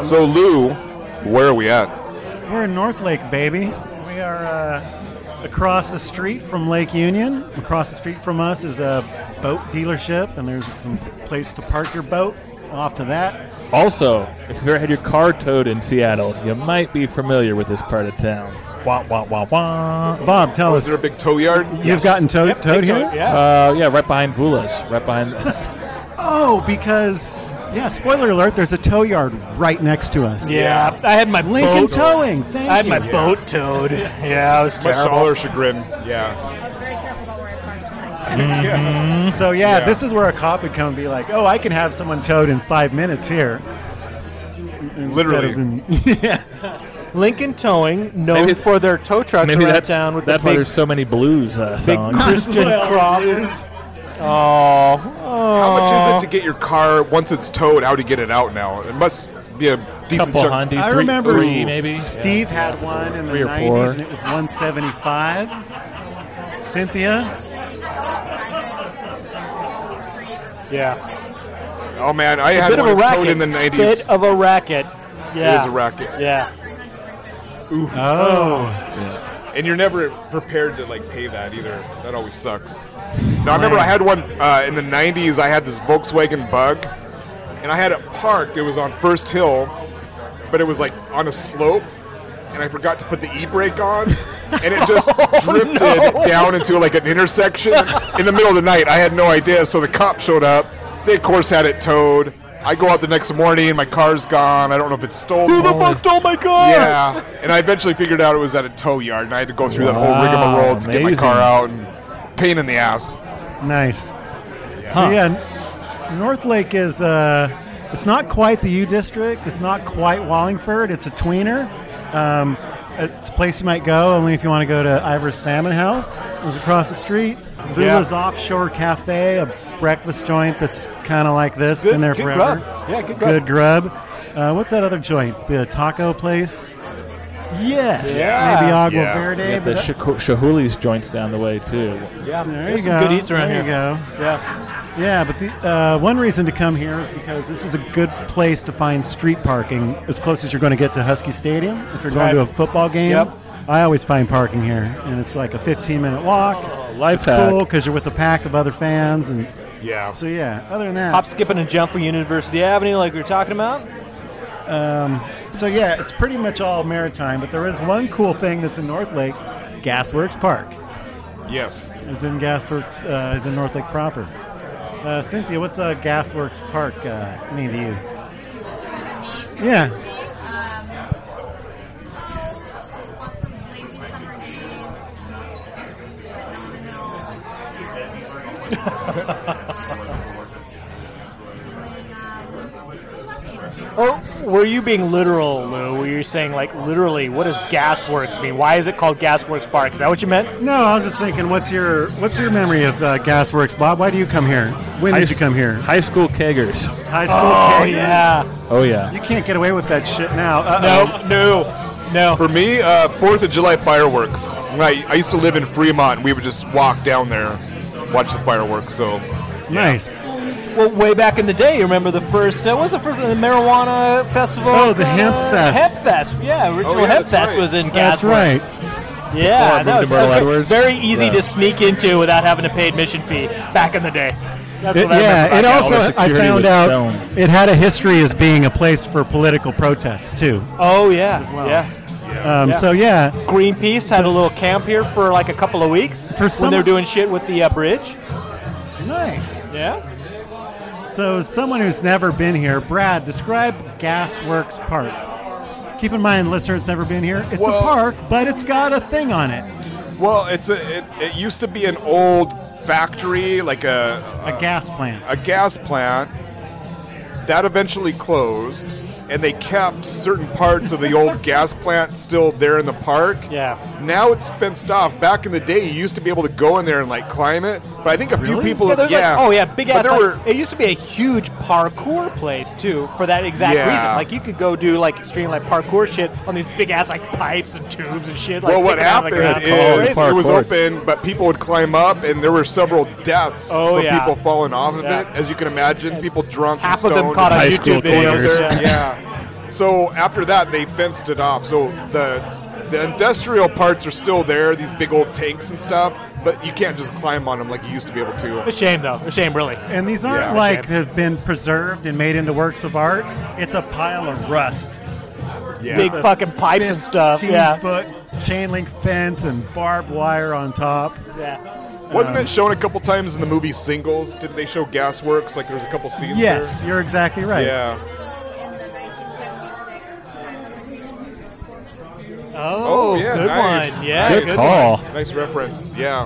Speaker 4: So Lou, where are we at?
Speaker 1: We're in North Lake, baby. We are uh, across the street from Lake Union. Across the street from us is a boat dealership, and there's some place to park your boat. Off to that.
Speaker 3: Also, if you ever had your car towed in Seattle, you might be familiar with this part of town. Wah, wah, wah, wah.
Speaker 1: Bob, tell
Speaker 4: Oh, Is
Speaker 1: us.
Speaker 4: there a big tow yard?
Speaker 1: You've gotten towed, towed here?
Speaker 2: Yeah.
Speaker 3: Uh, yeah, right behind Vula's. Right behind.
Speaker 1: Oh, because yeah. Spoiler alert: there's a tow yard right next to us.
Speaker 2: yeah, I had my
Speaker 1: Lincoln
Speaker 2: boat.
Speaker 1: Towing. Thank
Speaker 2: I had
Speaker 1: you.
Speaker 2: my boat towed. Yeah, I was
Speaker 4: Much to all
Speaker 2: terrible.
Speaker 4: our chagrin. Yeah.
Speaker 5: I was very careful about where I parked tonight.
Speaker 1: So yeah,
Speaker 4: Yeah.
Speaker 1: this is where a cop would come and be like, "Oh, I can have someone towed in five minutes here."
Speaker 4: Literally.
Speaker 1: Instead of in-
Speaker 2: Lincoln Towing, known
Speaker 3: Maybe-
Speaker 2: for their tow trucks
Speaker 3: Maybe
Speaker 2: around
Speaker 3: that's,
Speaker 2: town with
Speaker 3: that's
Speaker 2: the
Speaker 3: why
Speaker 2: big,
Speaker 3: there's so many blues uh,
Speaker 2: big
Speaker 3: songs.
Speaker 2: Christian cross. Oh, oh.
Speaker 4: How much is it to get your car once it's towed? How do you get it out now? It must be a decent
Speaker 3: couple
Speaker 4: chunk-
Speaker 3: hundred,
Speaker 1: I
Speaker 3: three,
Speaker 1: remember
Speaker 3: three maybe.
Speaker 1: Steve had one in the
Speaker 3: Three or
Speaker 1: '90s,
Speaker 3: four.
Speaker 1: and it was 175. Cynthia,
Speaker 2: Yeah,
Speaker 4: Oh man, I had
Speaker 2: bit of
Speaker 4: one
Speaker 2: a
Speaker 4: towed
Speaker 2: racket.
Speaker 4: in the nineties.
Speaker 2: Bit of a racket. Yeah.
Speaker 4: It is a racket,
Speaker 2: Yeah.
Speaker 1: oh,
Speaker 4: and you're never prepared to like pay that either. That always sucks. Now I remember I had one uh, in the nineties. I had this Volkswagen Bug, and I had it parked. It was on First Hill, but it was like on a slope, and I forgot to put the e-brake on, and it just
Speaker 2: Oh,
Speaker 4: drifted down into like an intersection in the middle of the night. I had no idea, so the cop showed up. They of course had it towed. I go out the next morning, my car's gone. I don't know if it's stolen.
Speaker 2: Who the fuck stole my car?
Speaker 4: Yeah, and I eventually figured out it was at a tow yard, and I had to go through that whole
Speaker 3: Wow,
Speaker 4: rigmarole to get my
Speaker 3: amazing.
Speaker 4: car out. And pain in the ass.
Speaker 1: nice. So
Speaker 3: Huh.
Speaker 1: yeah, N- North Lake is uh, it's not quite the U District. It's not quite Wallingford. It's a tweener. Um, it's a place you might go only if you want to go to Ivor's Salmon House. It was across the street. Vula's Offshore Cafe, a breakfast joint that's kind of like this. Been there
Speaker 2: good
Speaker 1: forever.
Speaker 2: grub. Yeah, good grub.
Speaker 1: Good grub. Uh, what's that other joint? The taco place. Yes.
Speaker 2: Yeah.
Speaker 1: Maybe Agua
Speaker 4: Yeah.
Speaker 1: Verde.
Speaker 3: You
Speaker 1: but
Speaker 3: got the
Speaker 1: that-
Speaker 3: Shahu- Shahuli's joints down the way too.
Speaker 2: Yeah,
Speaker 1: there
Speaker 2: there's
Speaker 1: you
Speaker 2: some
Speaker 1: go.
Speaker 2: good eats around
Speaker 1: there
Speaker 2: here.
Speaker 1: You go.
Speaker 2: Yeah,
Speaker 1: Yeah, but the uh, one reason to come here is because this is a good place to find street parking as close as you're going to get to Husky Stadium. If you're going
Speaker 2: Right.
Speaker 1: to a football game,
Speaker 2: Yep.
Speaker 1: I always find parking here, and it's like a 15 minute walk.
Speaker 3: Life
Speaker 1: it's
Speaker 3: hack.
Speaker 1: cool because you're with a pack of other fans, and
Speaker 4: Yeah.
Speaker 1: so yeah. Other than that,
Speaker 2: hop, skipping, and jump for University Avenue, like we were talking about.
Speaker 1: so yeah, it's pretty much all maritime. But there is one cool thing that's in North Lake, Gasworks Park.
Speaker 4: Yes.
Speaker 1: Is in Gasworks, uh, is in North Lake proper. Uh, Cynthia, what's uh, Gasworks Park uh, mean to you? Yeah.
Speaker 5: Want some lazy summer days.
Speaker 2: Or were you being literal, Lou? Were you saying like literally, what does Gasworks mean? Why is it called Gasworks Park? Is that what you meant?
Speaker 1: No, I was just thinking. What's your What's your memory of uh, Gasworks, Bob? Why do you come here? When
Speaker 3: I
Speaker 1: did
Speaker 3: s-
Speaker 1: you come here?
Speaker 3: High school keggers.
Speaker 1: High school.
Speaker 2: Oh
Speaker 1: kid?
Speaker 2: yeah.
Speaker 3: Oh yeah.
Speaker 1: You can't get away with that shit now. Uh-oh.
Speaker 2: No, no, no.
Speaker 4: Um, For me, uh, Fourth of July fireworks. Right, I used to live in Fremont. and We would just walk down there, watch the fireworks. So
Speaker 1: Nice.
Speaker 2: Well, way back in the day, you remember the first? Uh, what was the first the marijuana festival?
Speaker 1: Oh, the Hemp
Speaker 2: Uh,
Speaker 1: Fest.
Speaker 2: Hemp Fest. Yeah, original
Speaker 4: Oh, yeah,
Speaker 2: Hemp
Speaker 4: that's
Speaker 2: Fest
Speaker 4: right.
Speaker 2: was in Gasworks.
Speaker 1: That's right.
Speaker 2: Yeah,
Speaker 3: I
Speaker 2: that
Speaker 3: moved to
Speaker 2: was, that was
Speaker 3: Merle Edwards.
Speaker 2: very easy
Speaker 3: Yeah.
Speaker 2: to sneak into without having to pay admission fee back in the day. That's
Speaker 1: It-
Speaker 2: what I remember
Speaker 1: yeah, it
Speaker 2: about
Speaker 1: also
Speaker 2: Gasworks.
Speaker 3: All the
Speaker 1: I
Speaker 3: security
Speaker 1: found
Speaker 3: was
Speaker 1: out
Speaker 3: stoned.
Speaker 1: it had a history as being a place for political protests too.
Speaker 2: Oh yeah, yeah.
Speaker 1: Um,
Speaker 2: Yeah.
Speaker 1: So yeah,
Speaker 2: Greenpeace had a little camp here for like a couple of weeks
Speaker 1: For some-
Speaker 2: when they were doing shit with the uh, bridge.
Speaker 1: nice.
Speaker 2: Yeah.
Speaker 1: So someone who's never been here, Brad, describe Gasworks Park. Keep in mind, listener, it's never been here. It's
Speaker 4: Well-
Speaker 1: a park, but it's got a thing on it—a
Speaker 4: Well, it's a it, it used to be an old factory, like a
Speaker 1: gas plant.
Speaker 4: a gas plant that eventually closed, and they kept certain parts of the old gas plant still there in the park.
Speaker 2: Yeah.
Speaker 4: Now it's fenced off. Back in the day, you used to be able to go in there and like climb it, but I think a few
Speaker 1: Really?
Speaker 4: people,
Speaker 2: yeah, there's
Speaker 4: yeah,
Speaker 2: Like, oh yeah, big
Speaker 4: But
Speaker 2: ass.
Speaker 4: there
Speaker 2: like-
Speaker 4: were-
Speaker 2: it used to be a huge parkour place too, for that exact
Speaker 4: Yeah.
Speaker 2: reason. Like you could go do like extreme like parkour shit on these big ass like pipes and tubes and shit. Like,
Speaker 4: well, what
Speaker 2: sticking out of
Speaker 4: happened
Speaker 2: the ground.
Speaker 4: is
Speaker 3: Parkour.
Speaker 4: it was
Speaker 3: Parkour.
Speaker 4: open, but people would climb up, and there were several deaths
Speaker 2: Oh,
Speaker 4: from
Speaker 2: yeah.
Speaker 4: people falling off of
Speaker 2: Yeah.
Speaker 4: it. As you can imagine, people drunk, and
Speaker 2: half of them
Speaker 4: stoned
Speaker 2: caught on
Speaker 3: High
Speaker 2: YouTube
Speaker 3: school
Speaker 2: videos.
Speaker 3: theaters.
Speaker 4: Yeah.
Speaker 2: Yeah.
Speaker 4: So after that, they fenced it off. So the the industrial parts are still there, these big old tanks and stuff, but you can't just climb on them like you used to be able
Speaker 2: A
Speaker 4: to.
Speaker 2: shame though. A shame really.
Speaker 1: And these aren't
Speaker 4: Yeah,
Speaker 1: like
Speaker 2: okay.
Speaker 1: have been preserved and made into works of art. It's a pile of rust.
Speaker 4: Yeah.
Speaker 2: Big fucking pipes and stuff.
Speaker 1: 15
Speaker 2: Yeah.
Speaker 1: foot chain link fence and barbed wire on top.
Speaker 2: yeah.
Speaker 4: Wasn't it shown a couple times in the movie Singles? Didn't they show Gasworks? Like there was a couple scenes.
Speaker 1: Yes, you're exactly right.
Speaker 4: There? Yeah.
Speaker 2: Oh,
Speaker 4: yeah,
Speaker 2: good
Speaker 4: nice.
Speaker 2: one. Yeah.
Speaker 4: Nice.
Speaker 3: Good call.
Speaker 4: Nice reference. Yeah.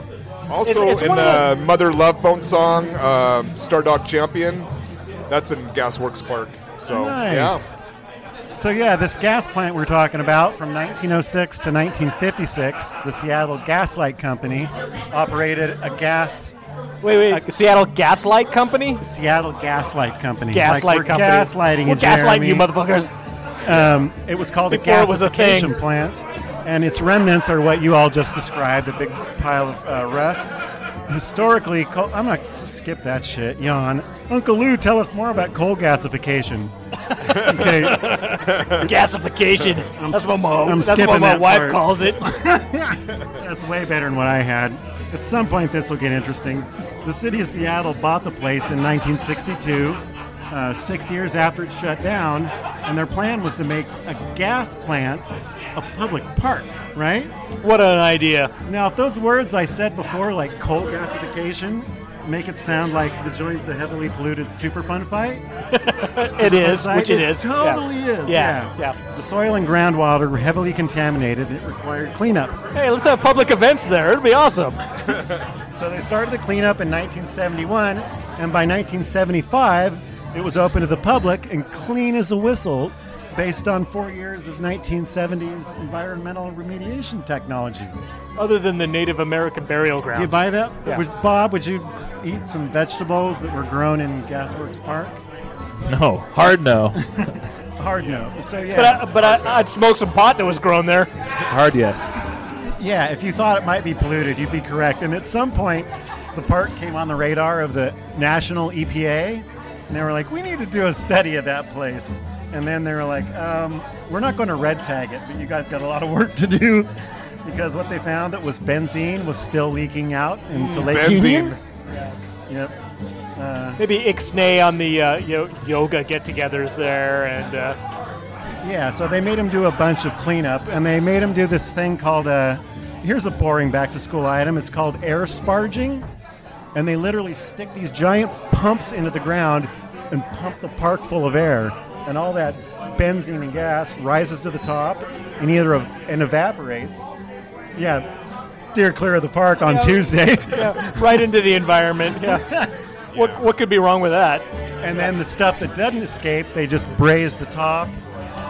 Speaker 4: Also
Speaker 2: It's- it's
Speaker 4: in
Speaker 2: one
Speaker 4: the
Speaker 2: of
Speaker 4: Mother Love Bone song, um, Stardog Champion. That's in Gasworks Park. So
Speaker 1: Nice.
Speaker 4: yeah.
Speaker 1: So yeah, this gas plant we're talking about from 1906 to 1956, the Seattle Gaslight Company operated a gas
Speaker 2: Wait, wait. Seattle Gaslight Company.
Speaker 1: Seattle Gaslight Company.
Speaker 2: Gaslight
Speaker 1: like we're
Speaker 2: Company.
Speaker 1: gaslighting
Speaker 2: We're
Speaker 1: you,
Speaker 2: gaslighting
Speaker 1: Jeremy.
Speaker 2: you, motherfuckers.
Speaker 1: Um, it was called
Speaker 2: Before
Speaker 1: a
Speaker 2: it was a
Speaker 1: gasification
Speaker 2: thing.
Speaker 1: plant, and its remnants are what you all just described a big pile of uh, rust. Historically, coal, I'm going to skip that shit, yawn. Uncle Lou, tell us more about coal gasification. okay,
Speaker 2: Gasification. That's what my,
Speaker 1: I'm
Speaker 2: that's
Speaker 1: skipping
Speaker 2: what my
Speaker 1: that
Speaker 2: wife
Speaker 1: part.
Speaker 2: calls it.
Speaker 1: that's way better than what I had. At some point, this will get interesting. The city of Seattle bought the place in 1962. Uh, six years after it shut down, and their plan was to make a gas plant a public park, right?
Speaker 2: what an idea.
Speaker 1: Now, if those words I said before, like coal gasification, make it sound like the joint's a heavily polluted Superfund fight,
Speaker 2: It is,
Speaker 1: Like,
Speaker 2: which it
Speaker 1: it
Speaker 2: is.
Speaker 1: totally
Speaker 2: yeah.
Speaker 1: is, yeah.
Speaker 2: Yeah. yeah,
Speaker 1: the soil and groundwater were heavily contaminated. It required cleanup.
Speaker 2: Hey, let's have public events there. It'd be awesome.
Speaker 1: So they started the cleanup in 1971, and by 1975, it was open to the public and clean as a whistle, based on four years of 1970s environmental remediation technology.
Speaker 2: Other than the Native American burial grounds.
Speaker 1: Do you buy that?
Speaker 2: Yeah.
Speaker 1: Would, Bob, would you eat some vegetables that were grown in Gasworks Park?
Speaker 3: No, hard no,
Speaker 1: Hard no. So yeah,
Speaker 2: but I, but I, I'd smoke some pot that was grown there.
Speaker 3: hard yes.
Speaker 1: yeah. If you thought it might be polluted, you'd be correct. And at some point, the park came on the radar of the national EPA, and they were like, "We need to do a study of that place." And then they were like, um, "We're not going to red tag it, but you guys got a lot of work to do." Because what they found that was benzene was still leaking out into Lake Union.
Speaker 4: Benzene.
Speaker 1: Yep. Uh,
Speaker 2: Maybe Ixnay on the uh, yo- yoga get-togethers there, and uh,
Speaker 1: Yeah, so they made him do a bunch of cleanup, and they made him do this thing called uh Here's a boring back to school item. It's called air sparging, and they literally stick these giant pumps into the ground and pump the park full of air, and all that benzene and gas rises to the top and either ev- and evaporates. Yeah, steer clear of the park on Tuesday,
Speaker 2: right into the environment. Yeah. What, what could be wrong with that?
Speaker 1: and then the stuff that doesn't escape, they just braise the top,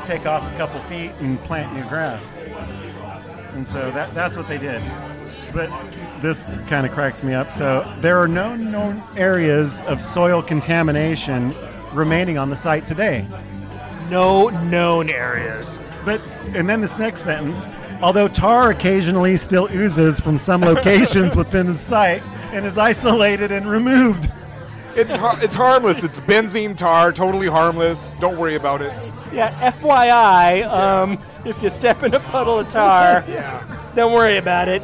Speaker 1: take off a couple feet, and plant new grass. And so that, that's what they did. But this kind of cracks me up. So there are no known areas of soil contamination remaining on the site today.
Speaker 2: No known areas.
Speaker 1: But and then this next sentence, although tar occasionally still oozes from some locations within the site and is isolated and removed.
Speaker 4: It's har- it's harmless. It's benzene tar, totally harmless. Don't worry about it.
Speaker 2: Yeah, FYI, um, if you step in a puddle of tar, don't worry about it.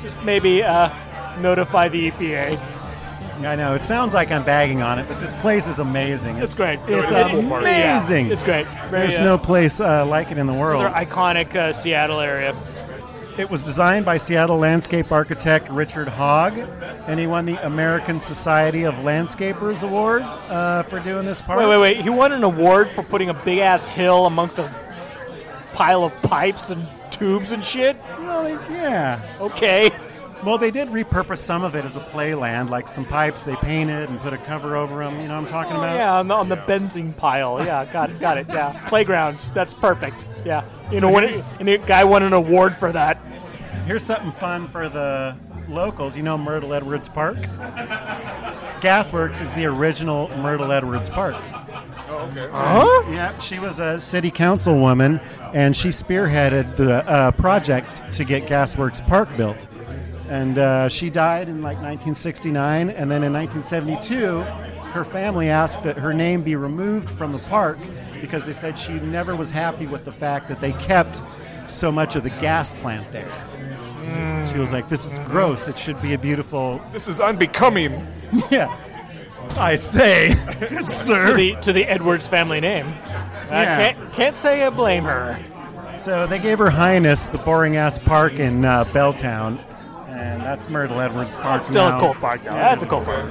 Speaker 2: Just maybe uh, notify the E EPA.
Speaker 1: I know it sounds like I'm bagging on it, but this place is amazing.
Speaker 2: It's great.
Speaker 1: It's
Speaker 4: It is a cool park.
Speaker 1: amazing.
Speaker 2: Yeah, it's great. Very,
Speaker 1: There's
Speaker 2: uh,
Speaker 1: no place uh, like it in the world.
Speaker 2: another iconic uh, Seattle area.
Speaker 1: It was designed by Seattle landscape architect Richard Hogg, and he won the American Society of Landscapers Award uh, for doing this park.
Speaker 2: Wait, wait, wait. He won an award for putting a big ass hill amongst a pile of pipes and tubes and shit?
Speaker 1: Well, it- yeah.
Speaker 2: Okay.
Speaker 1: Well, they did repurpose some of it as a playland, like some pipes they painted and put a cover over them. You know what I'm talking
Speaker 2: Oh,
Speaker 1: about?
Speaker 2: yeah, on the, on the benzene pile. Yeah, got it, got it. Yeah, playground. That's perfect. Yeah, you
Speaker 1: So
Speaker 2: know, when
Speaker 1: here's-
Speaker 2: it, and a guy won an award for that.
Speaker 1: Here's something fun for the locals. You know Myrtle Edwards Park? Gasworks is the original Myrtle Edwards Park.
Speaker 2: Huh?
Speaker 1: Yep, she was a city councilwoman, and she spearheaded the uh, project to get Gasworks Park built. And uh, she died in like 1969, and then in 1972, her family asked that her name be removed from the park because they said she never was happy with the fact that they kept so much of the gas plant there. She was like, "This is gross. It should be a beautiful."
Speaker 4: This is unbecoming.
Speaker 1: Yeah, I say, good
Speaker 2: To
Speaker 1: sir.
Speaker 2: the to the Edwards family name.
Speaker 1: Yeah.
Speaker 2: I can't can't say I blame her.
Speaker 1: So they gave her highness the boring ass park in uh, Belltown, and that's Myrtle Edwards Park.
Speaker 2: Still
Speaker 1: now.
Speaker 2: a cool park though.
Speaker 1: Yeah,
Speaker 2: That's a cool park.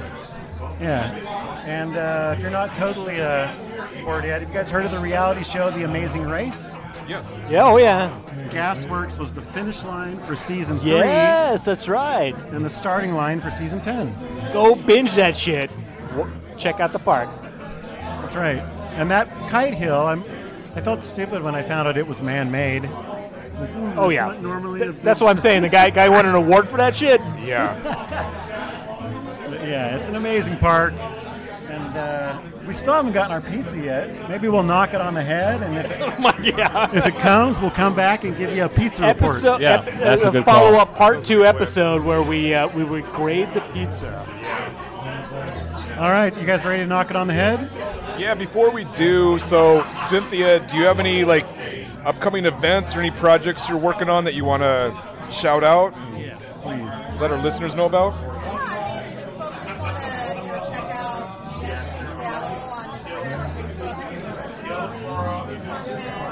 Speaker 1: Yeah, and uh, if you're not totally uh, bored yet, have you guys heard of the reality show The Amazing Race?
Speaker 4: Yes.
Speaker 2: Yeah, oh yeah.
Speaker 1: Gasworks was the finish line for season three
Speaker 2: Yes, that's right.
Speaker 1: and the starting line for season ten.
Speaker 2: Go binge that shit. W- Check out the park.
Speaker 1: That's right. And that kite hill, I'm, I felt stupid when I found out it was man-made.
Speaker 2: Oh yeah.
Speaker 1: not normally a
Speaker 2: Th- That's what I'm saying. The guy guy won an award for that shit.
Speaker 4: Yeah.
Speaker 1: But yeah, it's an amazing park. And uh, we still haven't gotten our pizza yet. Maybe we'll knock it on the head, and if it,
Speaker 2: yeah.
Speaker 1: if it comes, we'll come back and give you a pizza report.
Speaker 2: episode,
Speaker 3: Yeah,
Speaker 2: ep-
Speaker 3: that's a
Speaker 2: uh,
Speaker 3: good call.
Speaker 2: follow-up part two episode where we uh, we would grade the pizza.
Speaker 1: All right, you guys ready to knock it on the head?
Speaker 4: Yeah. Before we do, so Cynthia, do you have any like upcoming events or any projects you're working on that you want to shout out?
Speaker 1: Yes, please.
Speaker 4: Let our listeners know about.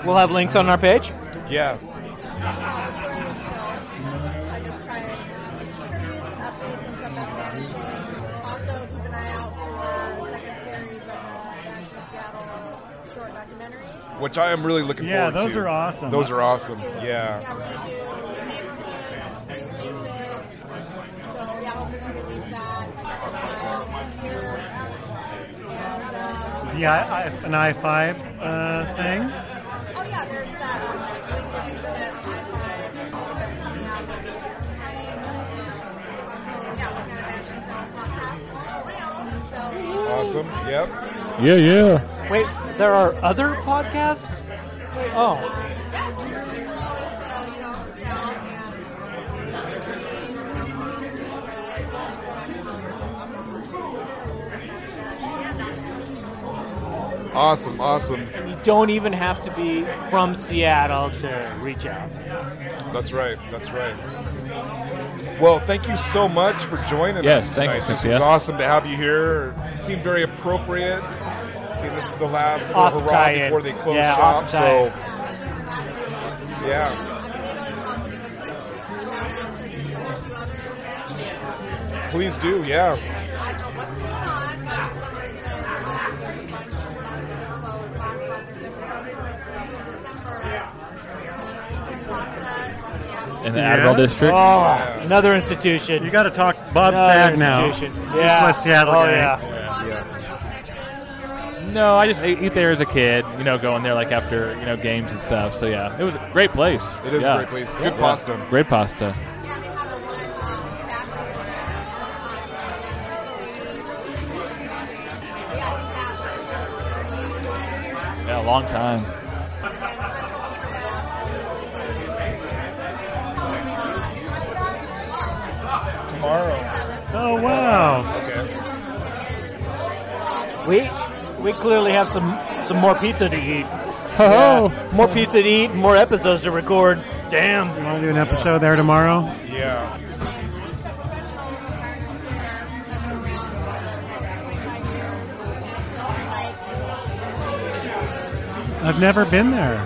Speaker 2: We'll have links on our page.
Speaker 4: Yeah.
Speaker 5: I just try to introduce updates and stuff that's vanishing. Also, keep an eye out for the second series of the Fashion Seattle short documentaries.
Speaker 4: Which I am really looking
Speaker 1: Yeah,
Speaker 4: forward to.
Speaker 1: those are awesome.
Speaker 4: Those are awesome. Yeah.
Speaker 5: Yeah, we're going to do the neighborhood, the spaces. So, yeah, we'll be to release that sometime this year. And, um,
Speaker 1: The I, I, an I five uh, thing.
Speaker 5: oh, yeah, there's that. Um, like, LinkedIn that I find coming out with this time. And, yeah, we're going to mention some podcasts. So,
Speaker 4: Awesome. Yep.
Speaker 3: Yeah, yeah.
Speaker 2: Wait, there are other podcasts? Oh,
Speaker 4: Awesome. Awesome.
Speaker 2: you don't even have to be from Seattle to reach out.
Speaker 4: That's right. That's right. Well, thank you so much for joining
Speaker 3: Yes,
Speaker 4: us.
Speaker 3: thank
Speaker 4: tonight.
Speaker 3: you,
Speaker 4: This
Speaker 3: Cynthia.
Speaker 4: was awesome to have you here. Seemed very appropriate. See, this is the last little
Speaker 2: Awesome
Speaker 4: hurrah
Speaker 2: tie-in.
Speaker 4: before they close
Speaker 2: Yeah,
Speaker 4: shop.
Speaker 2: awesome
Speaker 4: so, yeah. Please do. Yeah.
Speaker 5: I know what's going on.
Speaker 3: in the Adderall District.
Speaker 2: Oh, another institution.
Speaker 1: You got to talk Bob
Speaker 2: Another
Speaker 1: Sag now.
Speaker 2: institution.
Speaker 1: He's
Speaker 2: Yeah.
Speaker 1: a Seattle
Speaker 2: oh,
Speaker 1: guy.
Speaker 2: yeah.
Speaker 3: No, I just ate, ate there as a kid. You know, going there like after you know games and stuff. So yeah, it was a great place.
Speaker 4: It is
Speaker 3: Yeah.
Speaker 4: a great place. Good pasta.
Speaker 3: Great pasta. Yeah, a long time.
Speaker 1: Oh wow!
Speaker 2: We we clearly have some some more pizza to eat.
Speaker 3: Ho
Speaker 2: Yeah. More pizza to eat, and more episodes to record. Damn.
Speaker 1: Want to do an episode there tomorrow?
Speaker 4: Yeah.
Speaker 1: I've never been there.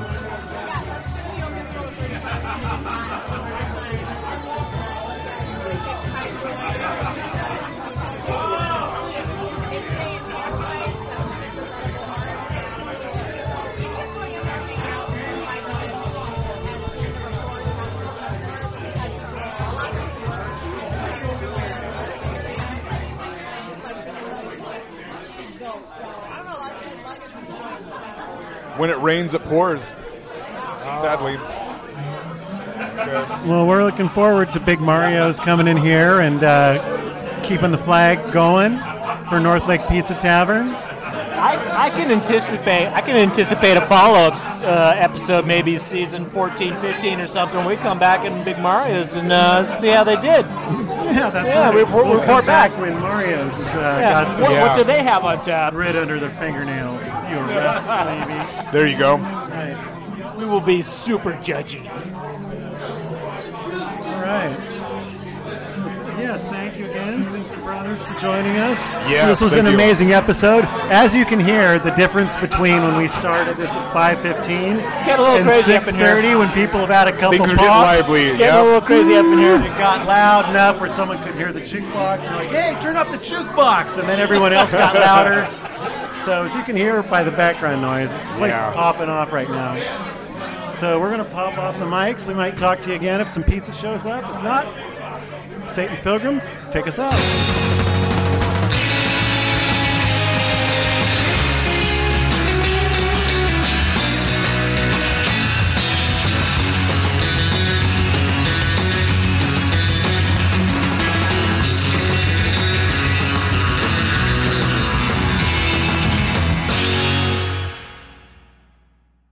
Speaker 4: When it rains, it pours. Sadly.
Speaker 1: Well, we're looking forward to Big Mario's coming in here and uh, keeping the flag going for North Lake Pizza Tavern.
Speaker 2: I, I can anticipate I can anticipate a follow up uh, episode, maybe season 14, 15 or something. We come back in Big Mario's and uh, see how they did.
Speaker 1: Yeah, that's
Speaker 2: Yeah, we- we'll
Speaker 1: We'll
Speaker 2: report
Speaker 1: come back.
Speaker 2: back.
Speaker 1: when Mario's has uh,
Speaker 2: Yeah.
Speaker 1: got
Speaker 2: What,
Speaker 1: some
Speaker 4: Yeah.
Speaker 2: what do they have on tap?
Speaker 1: grit under their fingernails. A few arrests, maybe.
Speaker 4: There you go.
Speaker 1: Nice.
Speaker 2: We will be super judgy.
Speaker 1: All right. So, yes, thank you again, Sinker Brothers, for joining us.
Speaker 4: Yes,
Speaker 1: this was
Speaker 4: thank
Speaker 1: an
Speaker 4: you.
Speaker 1: amazing episode. As you can hear, the difference between when we started this at 5:15
Speaker 2: getting a little
Speaker 1: and
Speaker 2: crazy up in here.
Speaker 1: 6:30, when people have had a couple
Speaker 4: Things are
Speaker 1: of
Speaker 4: getting
Speaker 1: pops,
Speaker 4: lively.
Speaker 2: Getting a
Speaker 4: Yeah.
Speaker 2: little crazy up
Speaker 1: It
Speaker 2: in here.
Speaker 1: got loud enough where someone could hear the jukebox and like, hey, turn up the jukebox, and then everyone else got louder. So as you can hear by the background noise, this place
Speaker 4: Yeah.
Speaker 1: is popping off right now. So we're gonna pop off the mics. We might talk to you again if some pizza shows up. If not, Satan's Pilgrims, take us out.